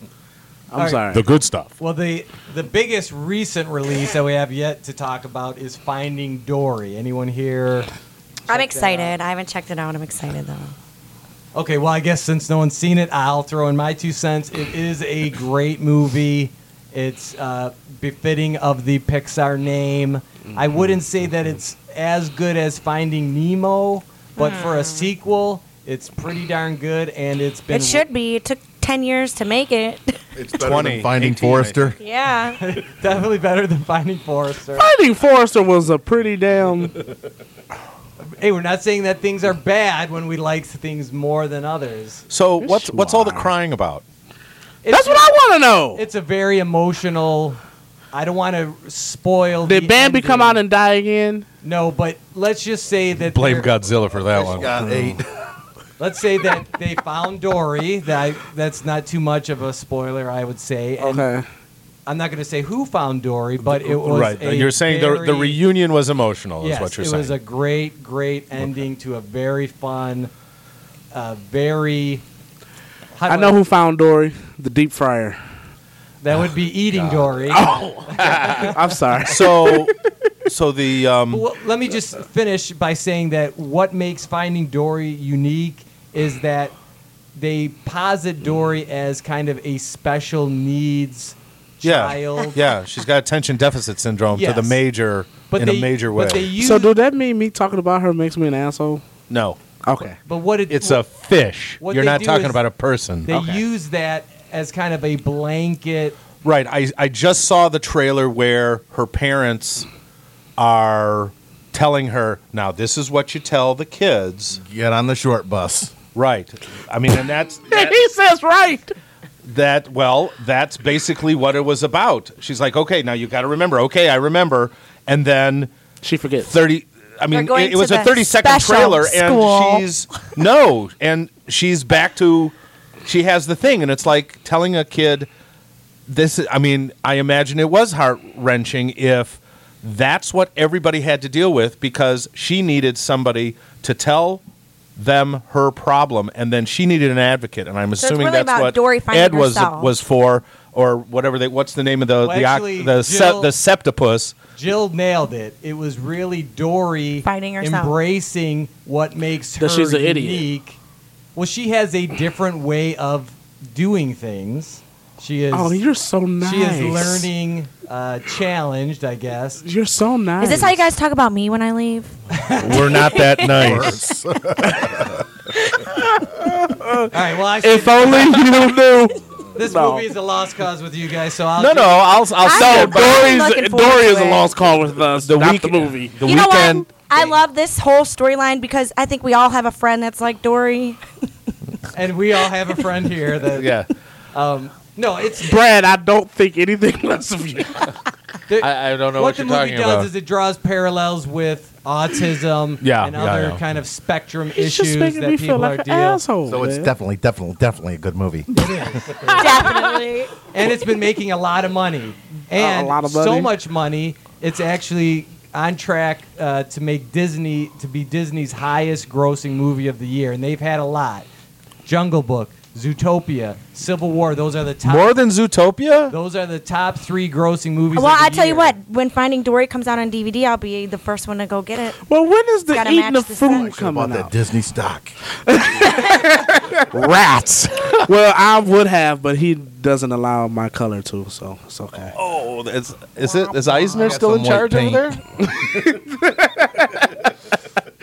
right.
sorry.
The good stuff.
well, the the biggest recent release that we have yet to talk about is Finding Dory. Anyone here?
I'm
check that out.
excited. I haven't checked it out. I'm excited though.
Okay, well, I guess since no one's seen it, I'll throw in my two cents. It is a great movie. It's uh, befitting of the Pixar name. I wouldn't say that it's as good as Finding Nemo, but for a sequel, it's pretty darn good, and it's been
It should be. It took ten years to make it. (laughs)
It's better
20,
than Finding
18,
Forrester. (laughs)
yeah.
definitely better than Finding Forrester.
I think Forrester was a pretty damn.
Hey, we're not saying that things are bad when we like things more than others.
So what's what's all the crying about?
It's,
That's what I want to know.
It's a very emotional. I don't want to spoil.
Did
the
Bambi come out
ending.
and die again?
No, but let's just say that.
Blame
they're-
Godzilla for that one.
Got eight.
Let's say that they found Dory. That that's not too much of a spoiler, I would say. And
Okay.
I'm not going to say who found Dory, but it was.
right.
a
You're saying the, the
very-
reunion was emotional,
Yes,
is what you're
it
saying.
was a great, great ending to a very fun, uh, very. how
I
do
know who found Dory. The deep
(laughs)
fryer.
That would be eating Dory.
Oh, I'm sorry.
so, so the um,
Well, let me just finish by saying that what makes Finding Dory unique is that they posit Dory as kind of a special needs
yeah,
child.
yeah, she's got attention deficit syndrome
Yes.
to the major
But
in
they,
a major way.
but they use,
So, do that mean me talking about her makes me an asshole?
no,
Okay.
but what it,
it's a fish.
What
You're
they
not
do
talking
is
about a person,
they
okay.
use that as kind of a blanket.
right? I I just saw the trailer where her parents are telling her now this is what you tell the kids
(laughs) Get on the short bus.
right i mean and that's that-
(laughs) he says right.
That well, that's basically what it was about. She's like, okay, now you got to remember. Okay, I remember. And then
She forgets.
thirty. I
They're
mean,
going
it, it
to
was a
the
thirty-second
special
trailer,
school.
and she's no, and she's back to. She has the thing, and it's like telling a kid this. I mean, I imagine it was heart wrenching if that's what everybody had to deal with because she needed somebody to tell them her problem, and then she needed an advocate, and I'm
it's
assuming
really
that's
about
what
Dory finding
Ed was
herself.
was for, or whatever. They, what's the name of the
Well,
the
actually,
oc- the
Jill-
sep- the septopus?
Jill nailed it. It was really Dory
Finding herself.
embracing what makes her
That she's an
unique.
idiot.
Well, she has a different way of doing things. She is.
Oh, you're so nice.
She is learning, uh, challenged, I
(laughs)
guess.
You're so nice.
Is this how you guys talk about me when I leave?
We're not
(laughs)
that nice.
All right. Well, actually,
If only you knew. (laughs)
this
no.
movie is a lost cause with you guys, so I'll
No,
do-
no, I'll I'll
I
sell.
am
but
very
Dory's
looking forward
Dory
to
is a
it.
lost call with us. The not
week-
the movie.
The
You know what?
weekend,
I love this whole storyline because I think we all have a friend that's like Dory.
and we all have a friend here
(laughs)
that (laughs)
Yeah,
um no, it's
Brad, I don't think anything less of you.
there-
I, I don't know what,
what the
you're
movie
talking
does
about.
is it draws parallels with autism
Yeah,
and
yeah,
other
yeah.
kind of spectrum
It's
issues
just making
that
me
people
feel like
are
an
dealing.
asshole.
So it's
man.
definitely, definitely, definitely a good movie.
(laughs) Definitely.
and it's been making a lot of money and
lot of
so
money.
much money it's actually on track uh, to make disney to be disney's highest grossing movie of the year and they've had a lot jungle book zootopia civil war those are the top
More than Zootopia?
those are the top three grossing movies
Well,
of the
I tell you
year.
what, when Finding Dory comes out on DVD, I'll be the first one to go get it.
well, when is the
Gotta
eating
match
of
the
food
size.
About
coming
that
out?
Disney stock.
Rats. well, I would have, but he doesn't allow my color to, so it's okay.
Oh, is, is it? Is Eisner
got
still in
some white
charge
paint.
over there?
(laughs)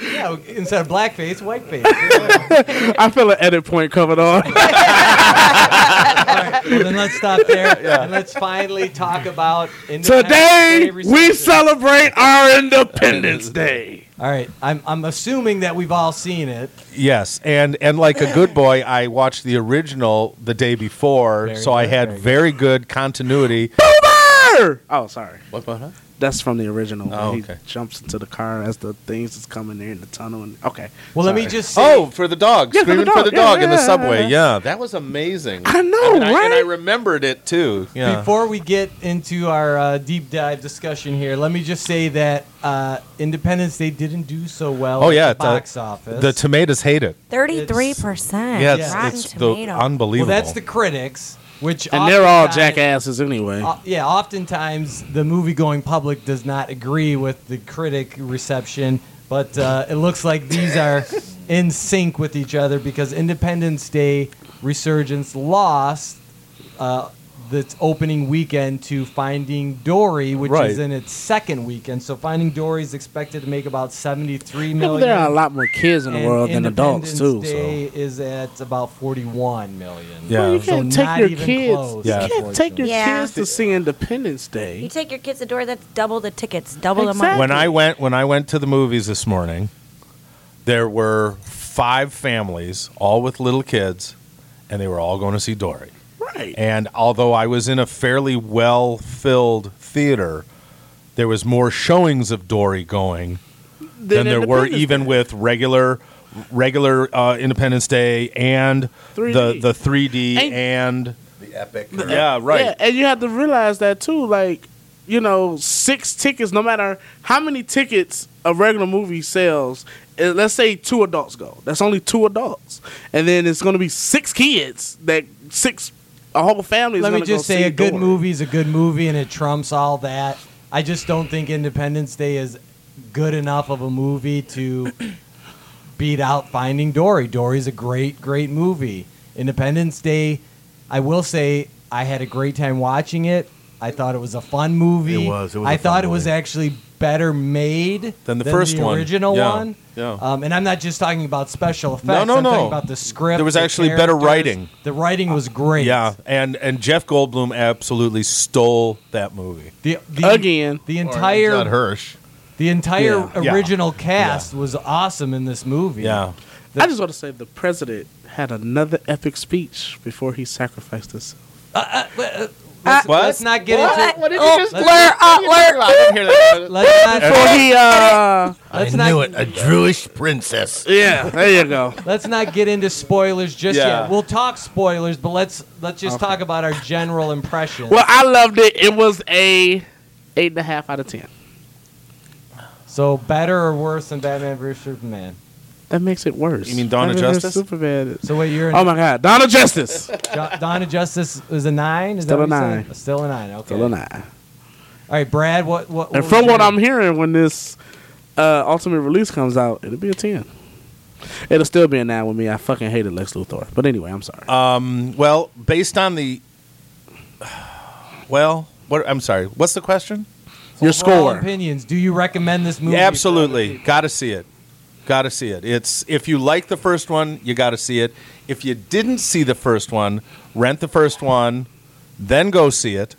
yeah, instead of blackface whiteface
I feel an edit point coming on.
well, then let's stop there and let's finally talk about independent
Today
slavery
we
system.
celebrate our Independence Day.
all right I'm, I'm assuming that we've all seen it
Yes, and and like a good boy, I watched the original the day before,
Very
so I
good,
had
very
very
good.
good (laughs) continuity.
Boomer! Oh, sorry.
What about
That's from the original.
Oh,
He
okay.
jumps into the car as the things is coming there in the tunnel. And, okay.
well let me
sorry.
just say
Oh, for the dog,
Yeah, for the
screaming for
dog.
the dog,
Yeah,
in the
yeah,
subway.
yeah.
Yeah, that was amazing.
I know,
and I, and I
right?
remembered it too. Yeah.
Before we get into our uh, deep dive discussion here, let me just say that uh, Independence Day didn't do so well.
oh
at
yeah,
the box
the,
office.
the tomatoes hate it.
Thirty-three percent.
Yeah,
Yeah.
it's,
Rotten
it's the
Tomato.
well,
unbelievable.
that's the critics, which
And they're all
oftentimes-
jackasses anyway.
Uh, yeah, oftentimes the movie-going public does not agree with the critic reception, but uh, it looks like
(laughs)
these are in sync with each other because Independence Day Resurgence lost uh, its opening weekend to Finding Dory, which
Right.
is in its second weekend. So Finding Dory is expected to make about seventy-three
Yeah, but
million.
there are a lot more kids in the
and
world than adults, too.
Independence Day is at about forty-one million.
Yeah.
So. You
So
can't take
not
your
even
kids.
close,
Yeah.
You can't take your
Yeah.
kids to see Independence Day.
You take your kids to Dory, that's double the tickets, double the
Exactly.
money.
when I went when I went to the movies this morning, there were five families, all with little kids, and they were all going to see Dory.
Right.
And although I was in a fairly well filled theater, there was more showings of Dory going than, there were
Independence
even
Day.
with regular regular uh, Independence Day and
3D.
the the 3D
And- uh,
and
The epic.
yeah, right.
Yeah, and you have to realize that too. Like, you know, six tickets, no matter how many tickets a regular movie sells, eh, let's say two adults go. That's only two adults. And then it's going to be six kids that six, a whole family is
Let me
gonna go
just say
see
a good
Dory.
movie is a good movie and it trumps all that. I just don't think Independence Day is good enough of a movie to beat out Finding Dory. Dory's a great, great movie. Independence Day, I will say I had a great time watching it. I thought it was a fun movie.
It was. It was
I
a
thought
fun
it was
movie.
actually better made
Than the first one.
original
Yeah,
one.
yeah.
Um, and I'm not just talking about special effects.
no,
I'm talking
no.
about the script.
There was
the
actually better
characters.
writing.
The writing was great.
Yeah, and and Jeff Goldblum absolutely stole that movie.
The, the,
Again.
the
Judd
entire
Hirsch.
the entire
Yeah.
original cast was awesome in this movie.
Yeah.
I just want to say the president had another epic speech before he sacrificed himself.
Let's,
Uh,
What?
let's not get into
did you just blur,
(laughs)
let's not
Before he, uh,
let's not
A Jewish princess.
yeah, there you go.
let's not get into spoilers just
Yeah.
yet. We'll talk spoilers, but let's let's just talk about our general impression.
Well, I loved it. It was a eight and a half out of ten.
So better or worse than Batman vs Superman?
That makes it worse.
You mean Dawn of
Batman vs
Justice?
Superman is-
So wait, you're
Oh my God, Dawn of Justice.
Jo- Dawn of Justice is a nine. Is
Still
that
a
what you said?
nine.
Still a nine. Okay.
Still a nine.
All right, Brad. What? What?
And
was
from what
your-
I'm hearing, when this uh, ultimate release comes out, it'll be a ten. It'll still be a nine with me. I fucking hated Lex Luthor, but anyway, I'm sorry.
Uh, Well, based on the well, what I'm sorry. What's the question?
Your
overall
score.
opinions. Do you recommend this movie?
Absolutely. Got to see it. Got to see it. It's if you like the first one, you got to see it. If you didn't see the first one, rent the first one, then go see it.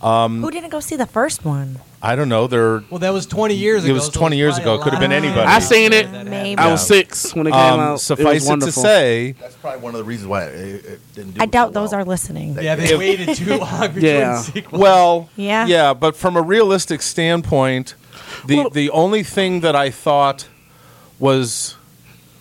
Who didn't go see the first one?
I don't know. They're
Well, that was 20 years
It
ago.
was
so
20 years
probably
ago. Could've
a
been
lot
anybody.
earlier
I seen
that
it.
that
Maybe.
I
Yeah.
Yeah.
was six when it came
um,
out. it
suffice
was
it, to
wonderful.
say,
That's probably one of the reasons why it, it didn't. Do
I doubt
so
those
well.
are listening.
Yeah, they
If- (laughs)
waited too long between
Yeah.
sequels.
well,
Yeah.
yeah, but from a realistic standpoint, the the only thing that I thought was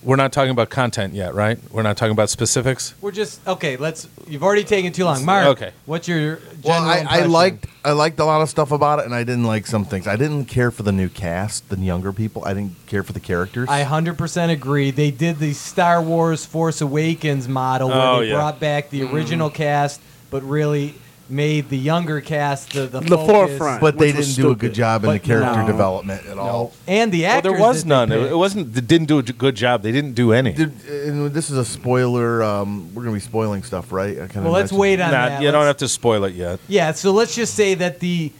we're not talking about content yet, right? We're not talking about specifics.
we're just okay. Let's. You've already taken too long, Mark.
Okay.
What's your
Well,
general
I, I
impression?
liked I liked a lot of stuff about it, and I didn't like some things. I didn't care for the new cast, the younger people. I didn't care for the characters.
I hundred percent agree. They did the Star Wars Force Awakens model where
Oh,
they
yeah.
brought back the
Mm-hmm.
original cast, but really made the younger cast the the,
The
focus.
forefront.
but they
Which was
didn't do a
stupid.
good job in the
But
character
no.
development at all.
and the
Well,
actors.
there was
that they
none. It,
picked.
it wasn't. They didn't do a j- good job. They didn't do any.
Did, and this is a spoiler. Um, we're gonna be spoiling stuff, right? I kinda
Well, let's
mentioned-
wait on
Nah,
that.
you don't
Let's-
have to spoil it yet.
Yeah, so let's just say that the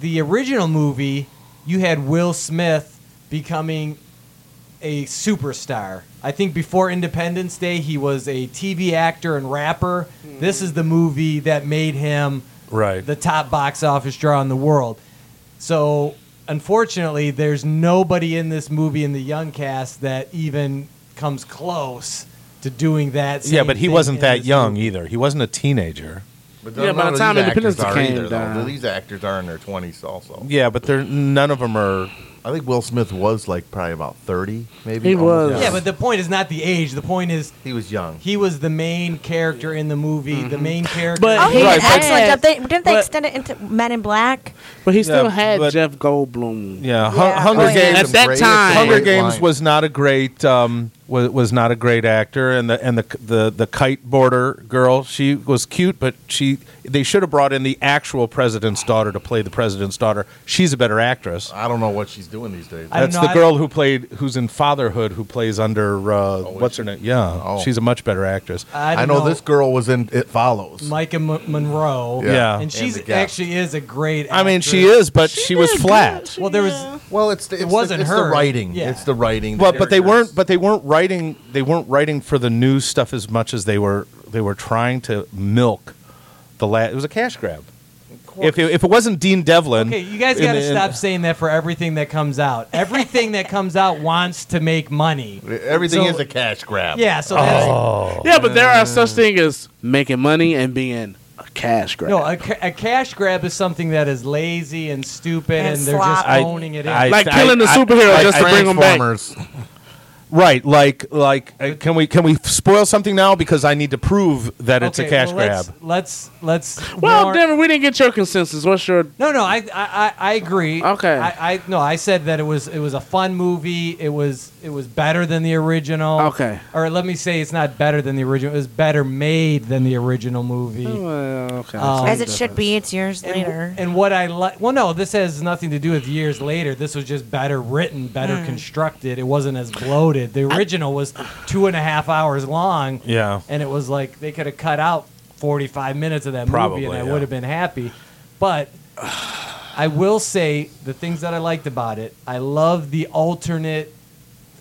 the original movie, you had Will Smith becoming a superstar. I think before Independence Day, he was a TV actor and rapper. This is the movie that made him
Right.
the top box office draw in the world. So, unfortunately, there's nobody in this movie in the young cast that even comes close to doing that.
yeah,
same
but he
thing
wasn't
in
that
this
young
movie.
either. He wasn't a teenager.
But
Yeah, by the
none of
time
these
Independence
actors are
came
either, though.
down.
These actors are in their twenties, also.
Yeah, but they're none of them are.
I think Will Smith was like probably about thirty, maybe.
He
almost-
was.
Yeah, but the point is not the age. The point is
he was young.
he was the main character in the movie, the main character.
But
Oh,
Right,
he did
but-
excellent job. They, didn't they
but-
extend it into Men in Black?
But he still
Yeah,
had
but-
Jeff Goldblum.
Yeah, Hun-
Yeah.
Hunger
Oh, yeah.
Games.
At
Some
that
great-
time-
some
Hunger
great
Games
lines.
was not a great um, was, was not a great actor, and the and the the the kite boarder girl. She was cute, but she they should have brought in the actual president's daughter to play the president's daughter. She's a better actress.
I don't know what she's doing these days.
I don't
That's
know,
the
I-
girl who played who's in Fatherhood, who plays under uh, what's her name? Yeah,
Oh.
she's a much better actress.
I,
I
don't
know, this girl was in It Follows.
Micah M- Monroe.
Yeah. Yeah.
and
And
she's
The Gap.
actually is a great.
I mean, she
actress.
is, but she, was flat.
Well, there was
Well, it's the, it's
wasn't
the, it's
her.
the writing.
Yeah.
It's the writing. the
Well, but they
characters.
weren't. But they weren't writing. They weren't writing for the new stuff as much as they were. They were trying to milk the last. It was a cash grab. If it, if it wasn't Dean Devlin,
okay. You guys
and-
got to
and-
stop saying that for everything that comes out. Everything that comes out wants to make money.
Everything
So-
is a cash grab.
Yeah, so that's
Oh.
Yeah, but there are such thing as making money and being a cash grab.
no. A, ca- a cash grab is something that is lazy and stupid, and,
And
they're just
sloppy.
owning it. In.
I-
like killing the superhero
I-
just to bring him back.
Transformers.
right? Like like uh, can we can we spoil something now because I need to prove that it's a
Okay,
cash
well,
grab.
let's- Let's let's.
Well,
warn-
Denver, we didn't get your consensus. What's your?
No, no, I, I, I, I agree.
Okay.
I, I, no, I said that it was, it was a fun movie. It was, it was better than the original.
Okay.
Or let me say, it's not better than the original. It was better made than the original movie.
Oh, Well, okay.
Oh,
Um,
As it should be. It's years
And-
later.
And what I like, well, no, this has nothing to do with years later. This was just better written, better
Hmm.
constructed. It wasn't as bloated. The original was two and a half hours long.
Yeah.
And it was like they could have cut out 45 minutes of that
Probably,
movie and I
yeah.
would have been happy. But I will say the things that I liked about it, I love the alternate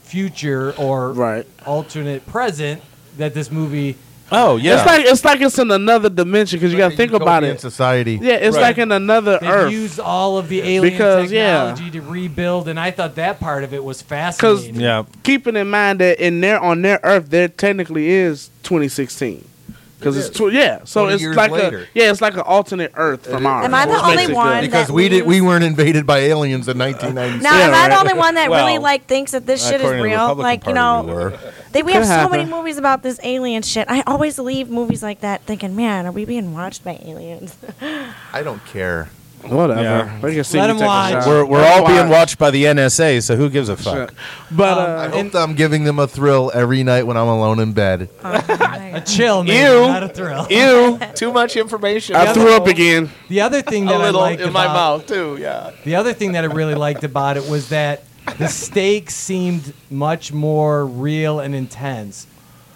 future or
Right.
alternate present that this movie.
Oh yeah,
It's like it's like it's in another dimension because you got to think about
Utopian
it.
Society.
Yeah, it's
Right.
like in another
They
Earth.
used all of the alien
Because, yeah.
technology to rebuild, and I thought that part of it was
Because
fascinating.
yeah.
keeping in mind that in their on their Earth, there technically is 2016. Because
It
it's
is.
tw- yeah, so
20
it's
years
like a
later.
yeah, it's like an alternate Earth from ours.
Am I the
which
only
makes it
one?
good.
Because
that
we did we
leaves-
weren't invaded by aliens in 1996.
Now, am I the
right.
only one that really
Well,
like thinks that this shit is
According to the
real?
Republican
Like, you
Party,
know,
we were.
They, we have
Could
so many
happen.
movies about this alien shit. I always leave movies like that thinking, man, are we being watched by aliens? (laughs)
I don't care.
Whatever.
Yeah.
They can see
Let
you
him
take a
watch.
shot.
we're, we're all being
Why?
watched by the NSA, so who gives a fuck?
But
Um,
I
uh,
hope that I'm giving them a thrill every night when I'm alone in bed.
Oh, my
A
God.
chill, man,
Ew.
not a thrill.
Ew, too much information.
I threw up again.
The other thing that I liked about,
too. Yeah.
The other thing that I really liked about it was that
(laughs)
the stakes seemed much more real and intense.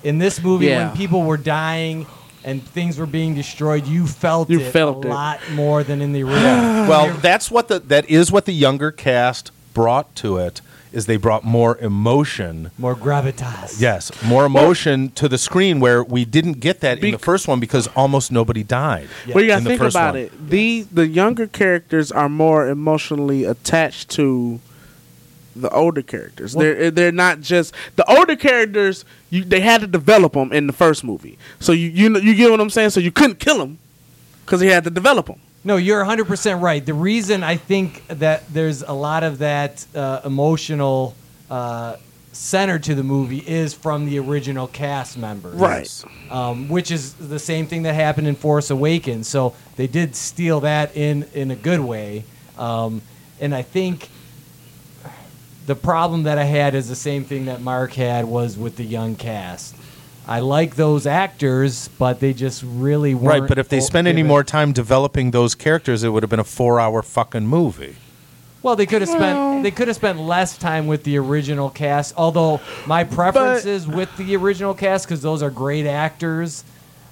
In this movie,
Yeah.
when people were dying and things were being destroyed, you felt
You
it
felt
a
it.
lot
(sighs)
more than in the original.
well, that's what the that is what the younger cast brought to it is they brought more emotion.
More gravitas.
Yes, more emotion to the screen where we didn't get that in the
Bec-
first one because almost nobody died.
Well, you
in
gotta
the
think
first
about
one.
it. The the younger characters are more emotionally attached to the older characters. they're they're not just the older characters. You, they had to develop them in the first movie, so you you know, you get what I'm saying. So you couldn't kill him because he had to develop them.
No, you're 100% right. The reason I think that there's a lot of that uh, emotional uh, center to the movie is from the original cast members. Um, which is the same thing that happened in Force Awakens. So they did steal that in, in a good way. Um, and I think the problem that I had is the same thing that Mark had was with the young cast. I like those actors, but they just really weren't.
Right, but if they
o-
spent any
given-
more time developing those characters, it would have been a four-hour fucking movie.
Well, they could have spent they could have spent less time with the original cast. Although my preference is with the original cast because those are great actors.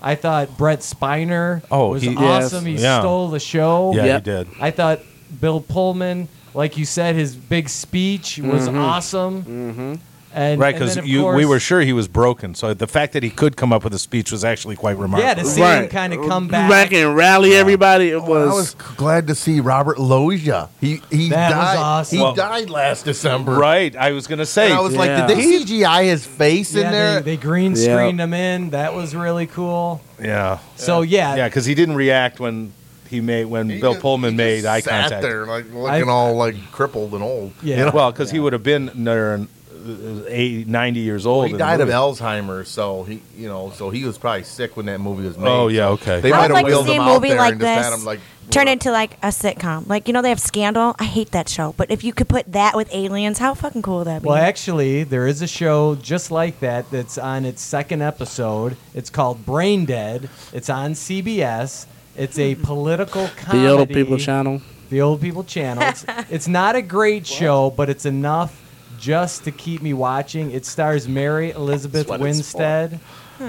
I thought Brett Spiner
Oh,
was
he-
Yes.
awesome. He
Yeah.
stole the show.
Yeah,
Yep.
he did.
I thought Bill Pullman, like you said, his big speech was awesome. Mm-hmm. And
Right,
and
because
then, of
we
course-
were sure he was broken. So the fact that he could come up with a speech was actually quite remarkable.
yeah to see him kind of come back.
and rally everybody. It was,
Oh, I was glad to see Robert Loggia. He he
That was
died.
awesome.
He
Well-
died last December.
Right, I was gonna say.
And I was
Yeah.
like, did they CGI his face
yeah,
in there?
They, they green
Yeah.
screened him in. That was really cool.
yeah,
So
yeah, because he didn't react when he made when
He
Bill
just-
Pullman
he
made
just
eye
sat
contact.
there like looking
I've-
all like crippled and old.
Yeah.
You know?
Well, because he would have been near an- uh, 80, 90 years old.
he
in the
died of
movie.
Alzheimer's, so he you know so he was probably sick when that movie was made.
Oh yeah, okay.
They
I
might
would
have
like to
wheeled
see
him
a
out
movie
there
like
and just had
this
him like
Turn into like a sitcom. Like, you know, they have Scandal. I hate that show. But if you could put that with aliens, how fucking cool would that be?
Well, actually, there is a show just like that that's on its second episode. It's called Brain Dead. It's on CBS. It's a political comedy.
the old people channel.
The Old People Channel. It's, it's not a great show, but it's enough just to keep me watching. It stars Mary Elizabeth Winstead,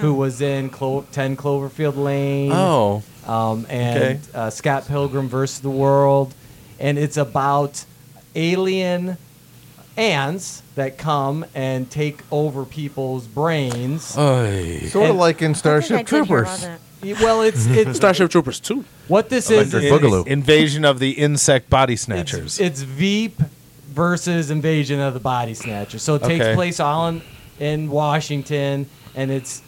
who was in Clo- 10 Cloverfield Lane
Oh,
um, and
Okay.
uh, Scott Pilgrim versus the World, and it's about alien ants that come and take over people's brains.
Uh.
sort of
and-
like in
I think I
Starship
did hear about
Troopers.
that.
Y- well, it's it's
Starship Troopers two.
what this is.
Electric
is-
Boogaloo.
invasion of the insect body
It's,
snatchers.
it's Veep versus Invasion of the Body Snatchers. So it takes
Okay.
place all in, in Washington, and it's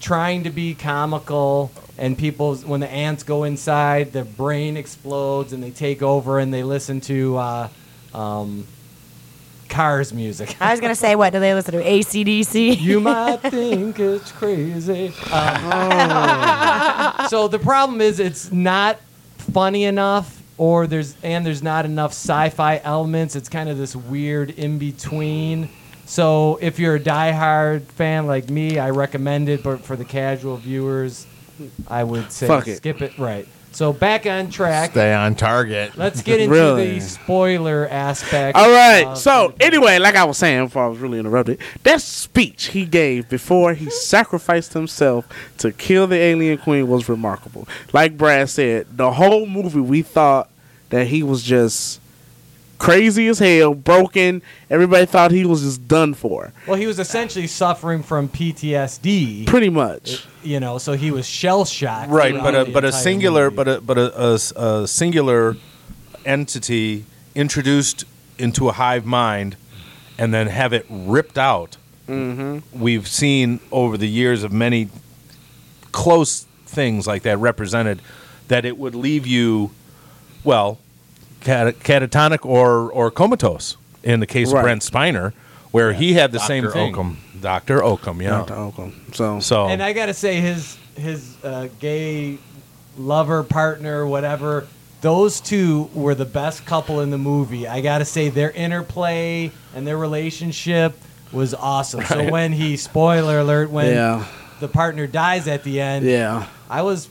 trying to be comical. And people, when the ants go inside, their brain explodes, and they take over, and they listen to uh, um, Cars music. (laughs)
I was going to say, what? Do they listen to ACDC? (laughs)
You might think it's crazy. Um, so the problem is it's not funny enough, or there's and there's not enough sci-fi elements. It's kind of this weird in between. So if you're a diehard fan like me, I recommend it. But for the casual viewers, I would say
Fuck it.
skip it. Right. So back on track.
Stay on target.
Let's get
(laughs)
into
Really?
the spoiler aspect.
All right.
of
so
the-
anyway, like I was saying before I was really interrupted, that speech he gave before he sacrificed himself to kill the alien queen was remarkable. Like Brad said, the whole movie we thought that he was just crazy as hell, broken. Everybody thought he was just done for,
well, he was essentially suffering from PTSD.
pretty much.
you know, so he was shell shocked.
right, but a but a singular but a but a, a s- a singular entity introduced into a hive mind, and then have it ripped out. We've seen over the years of many close things like that represented that it would leave you, well, cat- catatonic or or comatose. In the case
Right.
of Brent Spiner, where he had the same
Dr.
thing, Doctor Oakham, yeah.
Dr. Oakham. So,
So
and I gotta say, his his uh, gay lover, partner, whatever. Those two were the best couple in the movie. I gotta say, their interplay and their relationship was awesome. So when he spoiler alert, when
yeah,
the partner dies at the end,
yeah.
I was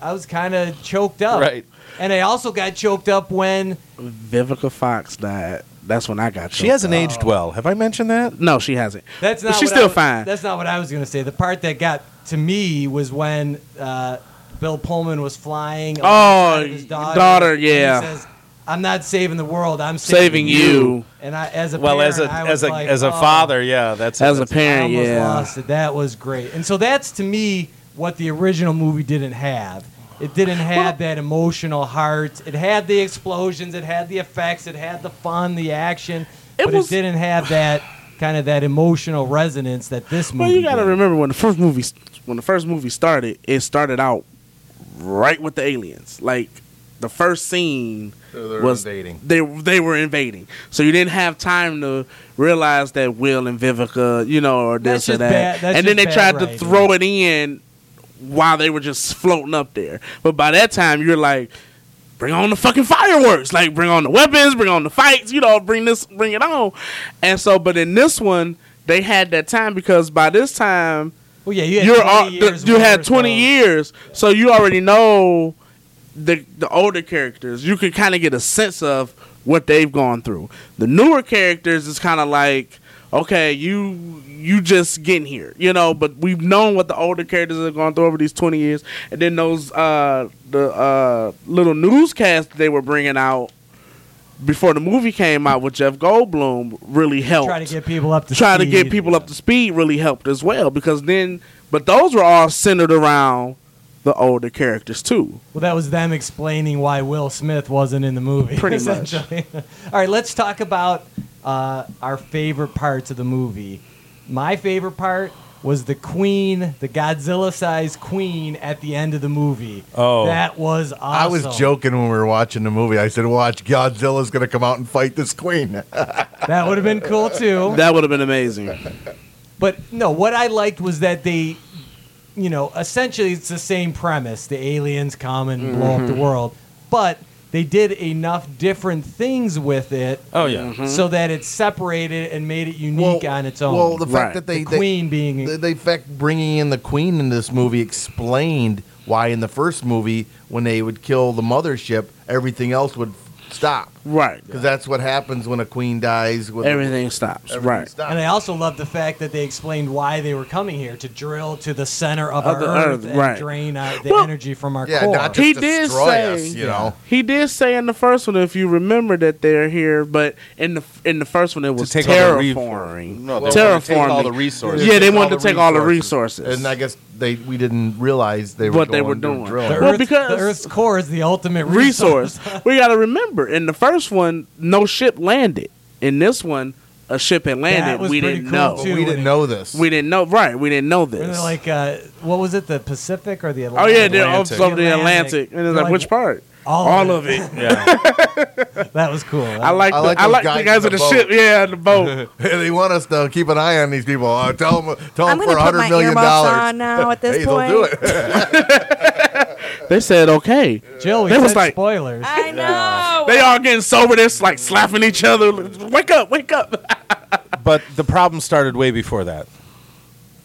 I was kind of choked up.
Right.
And I also got choked up when
Vivica Fox died. That's when I got.
she
choked
hasn't
up.
Oh.
aged well. Have I mentioned that?
No, she hasn't.
That's
But
not.
She's
what I
still
was-
fine.
That's not what I was going to say. The part that got to me was when uh, Bill Pullman was flying. alongside of his
daughter,
and he
yeah.
says, I'm not saving the world. I'm
Saving
saving,
you.
And I, as a
well, as a
parent, I
as
was
a
like,
as a
"Oh,
father, yeah, that's
As a
that's-
I
parent,
almost
yeah.
lost it. That was great. And so that's to me what the original movie didn't have. It didn't have that emotional heart. It had the explosions. It had the effects. It had the fun, the action.
It
but
was-
it didn't have that kind of that emotional resonance that this movie.
Well, you got to
did.
remember when the first movie when the first movie started, it started out right with the aliens. Like the first scene
So they're
was
invading.
They they were invading, so you didn't have time to realize that Will and Vivica, you know, or this
That's
or
just
that.
bad- that's
and then they
just
tried
bad
to
writing.
throw it in while they were just floating up there. But by that time, you're like. Bring on the fucking fireworks! Like, bring on the weapons, bring on the fights. You know, bring this, bring it on. And so, but in this one, they had that time because by this time,
Well, yeah, you had
you're
20
al- the-
years
you had
worth
20
of-
years, so you already know the the older characters. You can kind of get a sense of what they've gone through. The newer characters is kind of like, okay, you you just getting here, you know. But we've known what the older characters have gone through over these 20 years, and then those uh, the uh, little newscasts they were bringing out. Before the movie came out with Jeff Goldblum, really helped
Try to get people up to
trying to get
speed.
people up to speed really helped as well because then but those were all centered around the older characters too
Well, that was them explaining why Will Smith wasn't in the movie.
Pretty much.
(laughs) essentially. All right, let's talk about uh, our favorite parts of the movie. My favorite part was the queen, the Godzilla-sized queen at the end of the movie.
Oh.
that was awesome.
I was joking when we were watching the movie. I said, "Watch, Godzilla's gonna come out and fight this queen."
That would have been cool too.
that would have been amazing
But no, what I liked was that they, you know, essentially it's the same premise: the aliens come and blow
Mm-hmm.
up the world, but they did enough different things with it.
Oh yeah,
Mm. Mm-hmm.
so that it separated and made it unique on its own.
Well, the
Right.
fact that they,
The
they-
queen being-
the, the fact bringing in the queen in this movie explained why in the first movie when they would kill the mothership, everything else would stop
right
because that's what happens when a queen dies. When
everything stops
everything
right
stops.
and I also love the fact that they explained why they were coming here to drill to the center of,
Of
our
the
earth,
earth,
and
right.
drain out the
Well,
energy from our
yeah,
core.
not just
He did
destroy
say-
us, you
Yeah.
know.
he did say in the first one if you remember that they're here but in the in the first one it was
take all the re-
terraforming
No, they
Well,
wanted to take all
terraforming.
the resources.
Yeah, they wanted to take all the resources.
and I guess they we didn't realize they were
What they
going
were
to
doing.
drill.
the,
Well,
earth,
because-
the Earth's core is the ultimate
(laughs)
resource.
resource we got to remember in the first one no ship landed in this one a ship had landed
was
we
pretty
didn't
cool,
know
But
too.
we didn't know this.
we didn't know right we didn't know this
And (laughs) they're like, uh, what was it, the Pacific or the
Oh
Atlantic?
yeah, they're up
Atlantic.
over the
The
Atlantic,
Atlantic.
and it's
They're
like,
like,
which part?
all,
of it.
(laughs)
yeah.
That was cool. That
I like
I
the,
like
I
those
like the
guys
guys on
in
the,
the
ship.
boat.
Yeah, the
(laughs)
boat.
(laughs) they want us to keep an eye on these people. Uh, tell them, tell
I'm
them
gonna put
for
my
hundred million
earmuffs
dollars.
on now at this
hey,
point.
they'll do it. (laughs)
they said okay.
Jill, we
They
said
was like-
spoilers.
I know.
They all getting sober. They're like slapping each other. Wake up, wake up.
but the problem started way before that.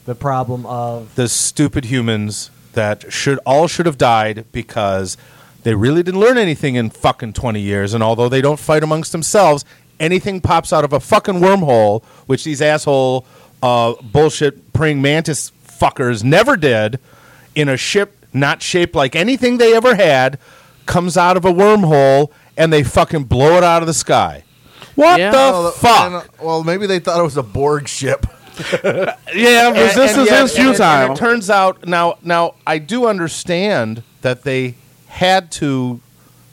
the problem of
The stupid humans that should all should have died because they really didn't learn anything in fucking 20 years and although they don't fight amongst themselves, anything pops out of a fucking wormhole, which these asshole uh, bullshit praying mantis fuckers never did in a ship not shaped like anything they ever had comes out of a wormhole and they fucking blow it out of the sky. What
Yeah.
the
Well, the-
fuck?
and, uh, well, maybe they thought it was a Borg ship.
(laughs) Yeah, resistance
yet-
is
and- and
futile.
it turns out now. Now I do understand that they had to,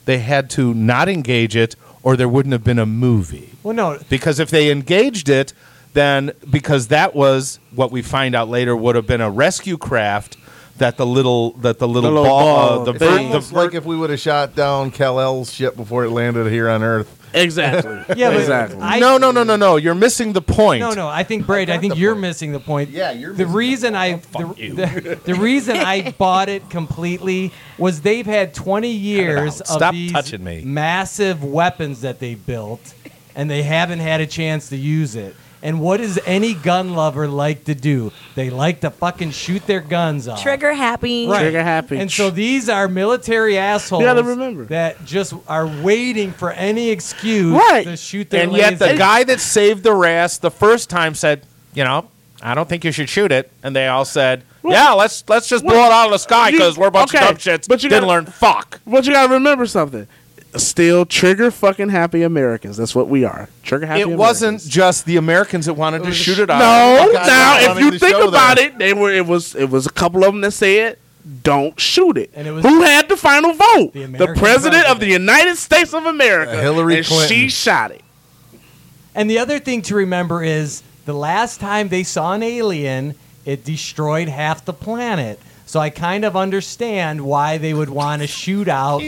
they had to not engage it, or there wouldn't have been a movie.
well, no,
Because if they engaged it, then because that was what we find out later would have been a rescue craft that the little that the little,
little
ball,
ball.
uh, the
It's
bird-
Almost
the
like if we would have shot down Kal El's ship before it landed here on Earth.
(laughs) exactly.
yeah, but
exactly.
I,
no no no no no you're missing the point.
No, no. I think Braid. I,
got
think
the
you're
point.
missing the point.
Yeah, you're
the
missing the
reason I the,
Oh, Fuck you.
the, the reason
(laughs)
I bought it completely was they've had 20 years
out.
of
Stop
these
touching me.
massive weapons that they built, and they haven't had a chance to use it. And what does any gun lover like to do? They like to fucking shoot their guns off.
Trigger happy.
Right.
Trigger happy.
And so these are military assholes
You gotta remember.
that just are waiting for any excuse
Right.
to shoot their
And yet the
laser.
guy that saved the rest the first time said, you know, I don't think you should shoot it, and they all said, yeah, let's let's just
Well,
blow it out of the sky
you-
because we're a bunch
okay,
of dumb shits.
but you
didn't
gotta-
learn fuck.
But you gotta remember something. still trigger fucking happy Americans. That's what we are. Trigger happy.
It wasn't
Americans.
just the Americans that wanted to shoot it
No,
out.
now if you think about it, they were. It was. It was a couple of them that said, "Don't shoot it."
And it was-
Who had the final vote?
The
The,
American
president, of the United States of America,
Uh, Hillary
and
Clinton.
She shot it.
And the other thing to remember is the last time they saw an alien, it destroyed half the planet. So I kind of understand why they would want to shoot out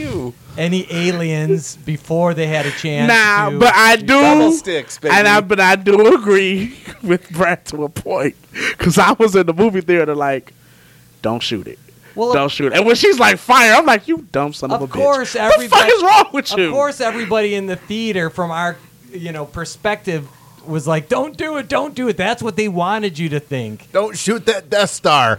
any aliens before they had a chance.
Nah,
to-
but I do.
Double sticks, baby.
And I, but I do agree (laughs) with Brad to a point, because I was in the movie theater like, don't shoot it,
Well,
don't shoot it. And when she's like fire, I'm like, you dumb son of,
Of
a
course,
bitch. What the fuck
everybody-
is wrong with you?
Of course, everybody in the theater, from our you know perspective, was like, "Don't do it! Don't do it!" That's what they wanted you to think.
Don't shoot that Death Star.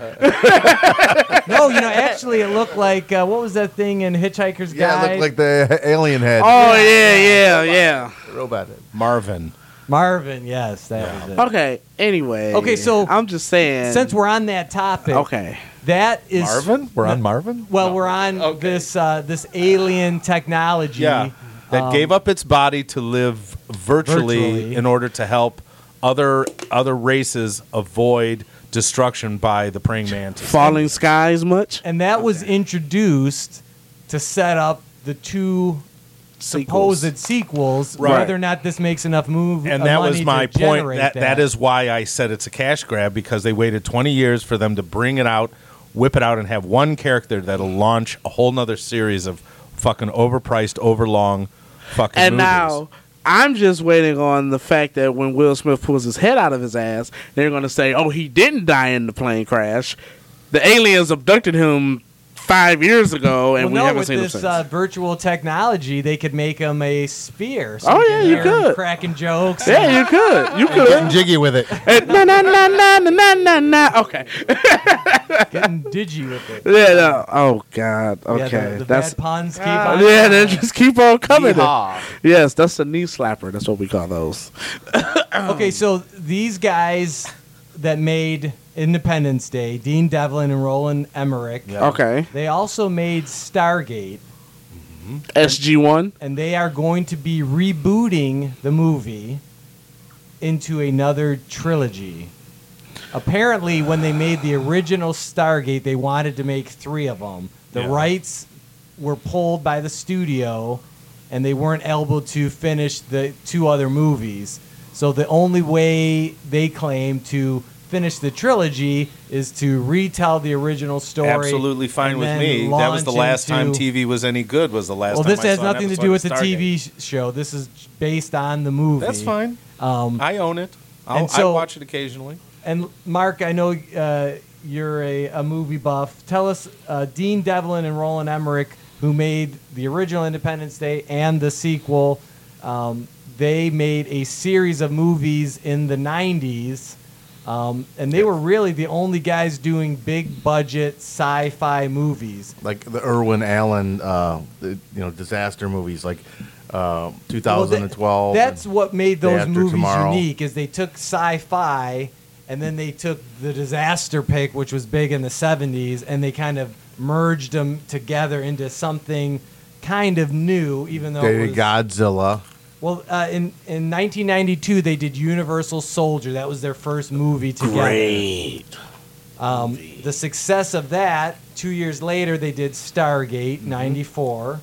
No, you know, actually, it looked like uh, what was that thing in Hitchhiker's
yeah,
Guide?
it looked like the alien head.
Oh yeah, yeah, yeah.
Robot head.
Marvin.
Marvin. Yes, that was
(laughs)
it.
Okay. Anyway.
Okay, so-
I'm just saying.
Since we're on that topic,
okay,
that is
Marvin? We're on Marvin?
Well, we're on this uh, this alien technology.
Yeah. That
Um,
gave up its body to live virtually,
Virtually.
in order to help other other races avoid destruction by the praying mantis.
falling skies much
and that was introduced to set up the two
Sequels.
supposed sequels.
Right.
Whether or not this makes enough move,
and
uh,
that
money
was
to
my point.
generate
That, that is why I said it's a cash grab because they waited 20 years for them to bring it out, whip it out, and have one character that'll launch a whole nother series of fucking overpriced, overlong fucking
And
movies.
now I'm just waiting on the fact that when Will Smith pulls his head out of his ass, they're going to say, "Oh, he didn't die in the plane crash. The aliens abducted him five years ago, and
well,
we
no,
haven't
with
seen him
this
since."
uh, virtual technology, they could make him a sphere.
Oh, yeah,
he's
you
there
could.
cracking
(laughs)
jokes.
yeah, you could.
(laughs)
You
Getting
could.
jiggy with it.
Eh, na na na na na na na na. Okay.
and getting digi with it.
Yeah. No. Oh God.
Yeah,
Okay.
the, the
That's.
bad puns keep on.
yeah,
Ah.
they just keep on coming.
Yeehaw.
Yes, that's the knee slapper. That's what we call those.
Okay, so these guys that made Independence Day, Dean Devlin and Roland Emmerich,
Okay.
they also made Stargate,
SG1.
and they are going to be rebooting the movie into another trilogy. Apparently, when they made the original Stargate, they wanted to make three of them. The
Yeah.
rights were pulled by the studio, and they weren't able to finish the two other movies. So the only way they claim to finish the trilogy is to retell the original story.
Absolutely fine
and
with
then
me. That was the
launch
last time
into-
TV was any good. Was the last.
well,
time
this
I
has
saw an
nothing to
episode
do
of
with the
Stargate.
TV sh- show. This is based on the movie.
That's fine.
Um,
I own it. I'll,
And so-
I watch it occasionally.
and Mark, I know uh, you're a, a movie buff. Tell us, uh, Dean Devlin and Roland Emmerich, who made the original Independence Day and the sequel, um, they made a series of movies in the '90s, um, and they were really the only guys doing big budget sci-fi movies.
Like the Irwin Allen, uh, the, you know, disaster movies like uh, 2012.
Well, that- that's what made
Day
those
After
movies
Tomorrow.
unique is they took sci-fi and then they took the disaster pick, which was big in the 70s, and they kind of merged them together into something kind of new, even though
and
it
Day
was,
Godzilla.
well, uh, in in 1992 they did Universal Soldier. That was their first movie together.
Great.
Um, the success of that, two years later, they did Stargate, 94.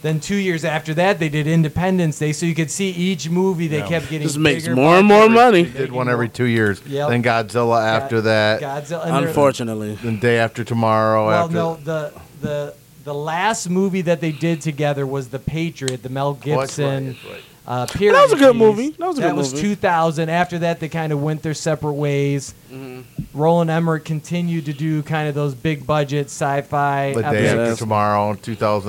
Then two years after that, they did Independence Day. So you could see each movie they
Yeah.
kept getting
This makes
bigger,
more and more money.
Did one every two years.
Yep.
Then Godzilla after that.
Godzilla. and they're-
Unfortunately.
Then Day After Tomorrow.
Well,
after
no, the the the last movie that they did together was The Patriot, the Mel
Oh, that's right,
Gibson.
that's right.
Uh, period
That was a good
piece.
movie. That was a good
was
movie.
2000. After that, they kind of went their separate ways.
Mm-hmm.
Roland Emmerich continued to do kind of those big budget sci-fi.
The day
episodes.
after
Yes.
tomorrow,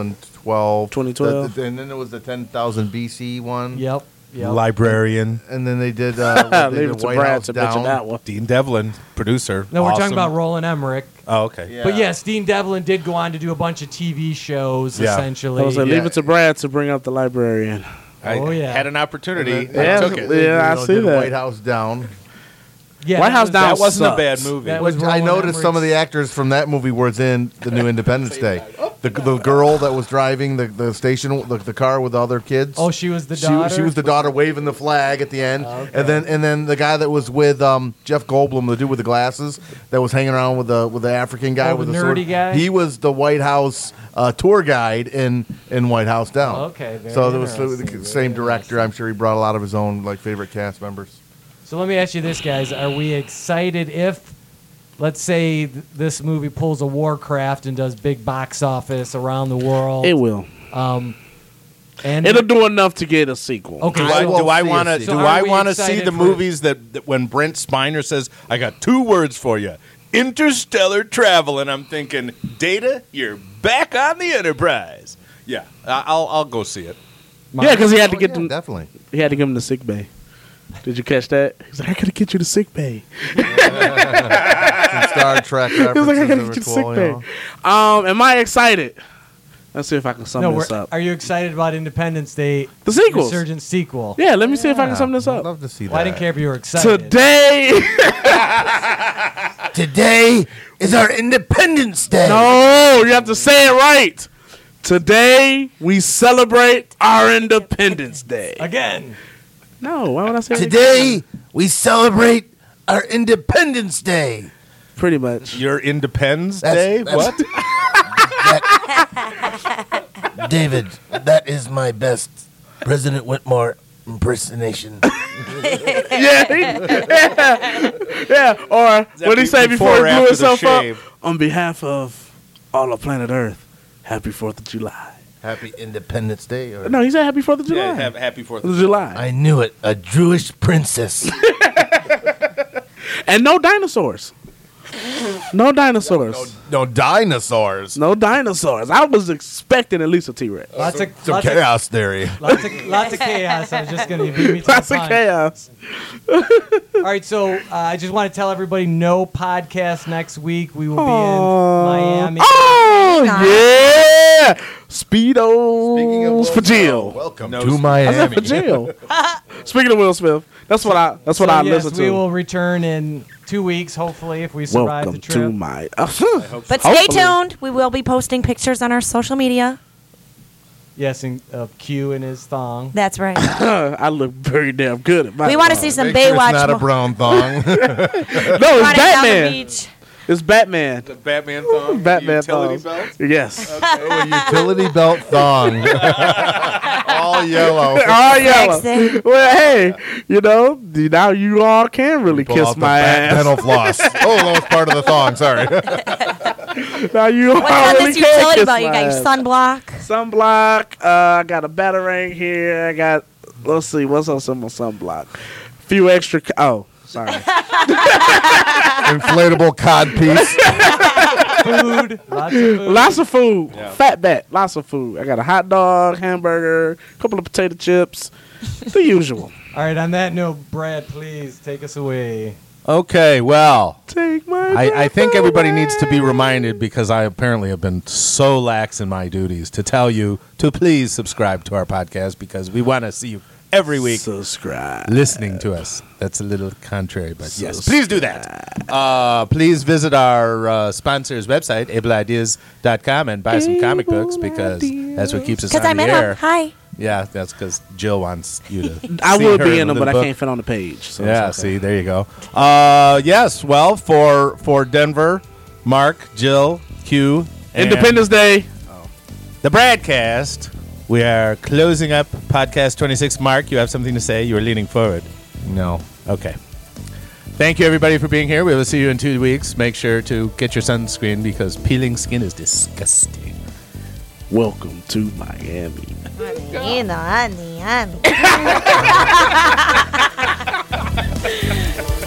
2012.
2012.
The- the- and then there was the 10,000 BC one.
Yep. Yep.
Librarian
And then
(laughs)
they did, uh, what they
Ah, Leave
did
it to
White
Brad
House
to
Down.
mention that one.
Dean Devlin, producer.
no, we're
Awesome.
talking about Roland Emmerich.
Oh, okay.
Yeah.
But yes, Dean Devlin did go on to do a bunch of TV shows,
Yeah.
essentially.
I was like,
Yeah.
leave it to Brad to bring up the librarian.
I
Oh, yeah.
had an opportunity.
And
Yeah,
I took it.
they,
yeah, I
you know,
see
did
that.
White House Down.
yeah,
White
that
House
was-
Down
That wasn't a
sucks.
bad movie.
That was
Which I
Roland
noticed some
(laughs)
Emmerich's-
of the actors from that movie were in the new Independence Day. The, the girl that was driving the, the station the, the car with the other kids.
Oh, she was the
she,
daughter. Oh,
she was the daughter waving the flag at the end, and then and then the guy that was with um, Jeff Goldblum, the dude with the glasses, that was hanging around with the with the African guy
Oh,
with
the
sword.
nerdy guy?
He was the White House uh, tour guide in in White House Down.
Okay, very
so there was the,
interesting,
the same
very
director. I'm sure he brought a lot of his own like favorite cast members.
So let me ask you this, guys: Are we excited if, let's say, th- this movie pulls a Warcraft and does big box office around the world?
It will.
Um, and
It'll do enough to get a sequel.
okay.
Do
so-
I, do
won't
I
see a
want to
sequel.
do
So are
I
we
want to see
excited
the
for-
movies that, that when Brent Spiner says I got two words for you interstellar travel and I'm thinking Data you're back on the Enterprise yeah I- I'll I'll go see it
Yeah, because he had to
Oh,
get
yeah,
them.
definitely.
He had to give him the sick bay. Did you catch that? He's like, I gotta get you the sick bay.
Some
(laughs)
Star Trek
He was like, I gotta
references are
get you the sick
cool, you
bay.
know.
Um, am I excited? Let's see if I can sum
no,
this
we're,
up.
are you excited about Independence Day?
The sequels.
Resurgence sequel.
Yeah, let me see if I can
Yeah,
sum this
I'd
up.
love to see that.
Well, I didn't care if you were excited.
Today,
Today is our Independence
(laughs)
Day.
no, you have to say it right. Today we celebrate our Independence Day.
Again.
No, why would I say it again?
we celebrate our Independence Day.
Pretty much.
your Independence
That's-
Day
that's-
what
David, that is my best President Whitmore (coughs) impersonation.
(laughs) yeah, yeah, yeah. Or what did he say before he blew himself up? (laughs) On behalf of all of planet Earth, Happy Fourth of July.
Happy Independence Day. Or
No, he said Happy Fourth of July.
yeah have happy Fourth
Fourth of July.
I knew it. A Jewish princess.
and no dinosaurs. No dinosaurs.
(laughs) no dinosaurs.
No dinosaurs. I was expecting at least a T Rex.
Lots of,
Uh, Some
lots, of,
chaos theory.
lots, of, lots of chaos. I was just going to
(laughs)
beat me to
That's
the
a
punch.
chaos.
All right, so uh, I just want to tell everybody no podcast next week. We will be
Aw.
in Miami.
Oh
Nah.
yeah, speedos for jail.
Oh, Welcome
No,
to
speaking-
I said
Miami.
for jail. (laughs) Speaking of Will Smith, that's what I that's what
So,
I
yes,
listen
We
to.
will return in two weeks, hopefully, if we survive
Welcome
the trip.
to my. (laughs)
But stay
Hopefully.
tuned. We will be posting pictures on our social media.
Yes, and of Q in his thong.
That's
(laughs)
right.
I look very damn good. At my
we want to see some
Make sure
Baywatch.
it's not a
mo-
brown
(laughs)
thong.
No, it's
running down the
Batman.
beach.
It's Batman.
the
(laughs)
Batman thong
Batman
utility
thongs.
belt
(laughs)
Yes. (laughs)
Oh, Utility belt (laughs) thong. All yellow.
All yellow.
Sexy.
Oh, Well, hey, you know, now you all can really
Pull
kiss
out the
my
back
ass.
Dental floss. Oh, that was part of the thong. Sorry.
(laughs) Now you
What's
all
on
really
this
can
utility
Oh, kiss
belt? You
my
got your
ass.
sunblock.
sunblock. Uh, I got a batarang here. I got. Let's see. What's on some of sunblock? Few extra. c oh, sorry.
Inflatable cod piece.
Food, lots
(laughs)
of food.
lots of food.
Yeah.
Fat bat. Lots of food. I got a hot dog, hamburger, couple of potato chips, the usual.
All right, on that note, Brad, please take us away.
okay well
Take my.
I, I
breath
think everybody
away.
needs to be reminded because I apparently have been so lax in my duties to tell you to please subscribe to our podcast because we want to see you every week
subscribe.
listening to us. That's a little contrary, but yes, please do that. Uh, please visit our uh, sponsor's website, ableideas.com, and buy some comic books because that's what keeps us on
Because I'm
the
in
air.
them. Hi.
Yeah, that's because Jill wants you
(laughs)
to.
I
see
would
her
be
in
in them,
the
but I
book.
can't fit on the page. So it's
Yeah,
okay.
see, there you go. Uh, yes, well, for for Denver, Mark, Jill, Q, and
Independence Day.
the broadcast. We are closing up podcast 26. Mark, you have something to say? You are leaning forward.
No.
Okay. Thank you, everybody, for being here. We will see you in two weeks. Make sure to get your sunscreen because peeling skin is disgusting.
Welcome to Miami.
You know, I'm the- I'm the-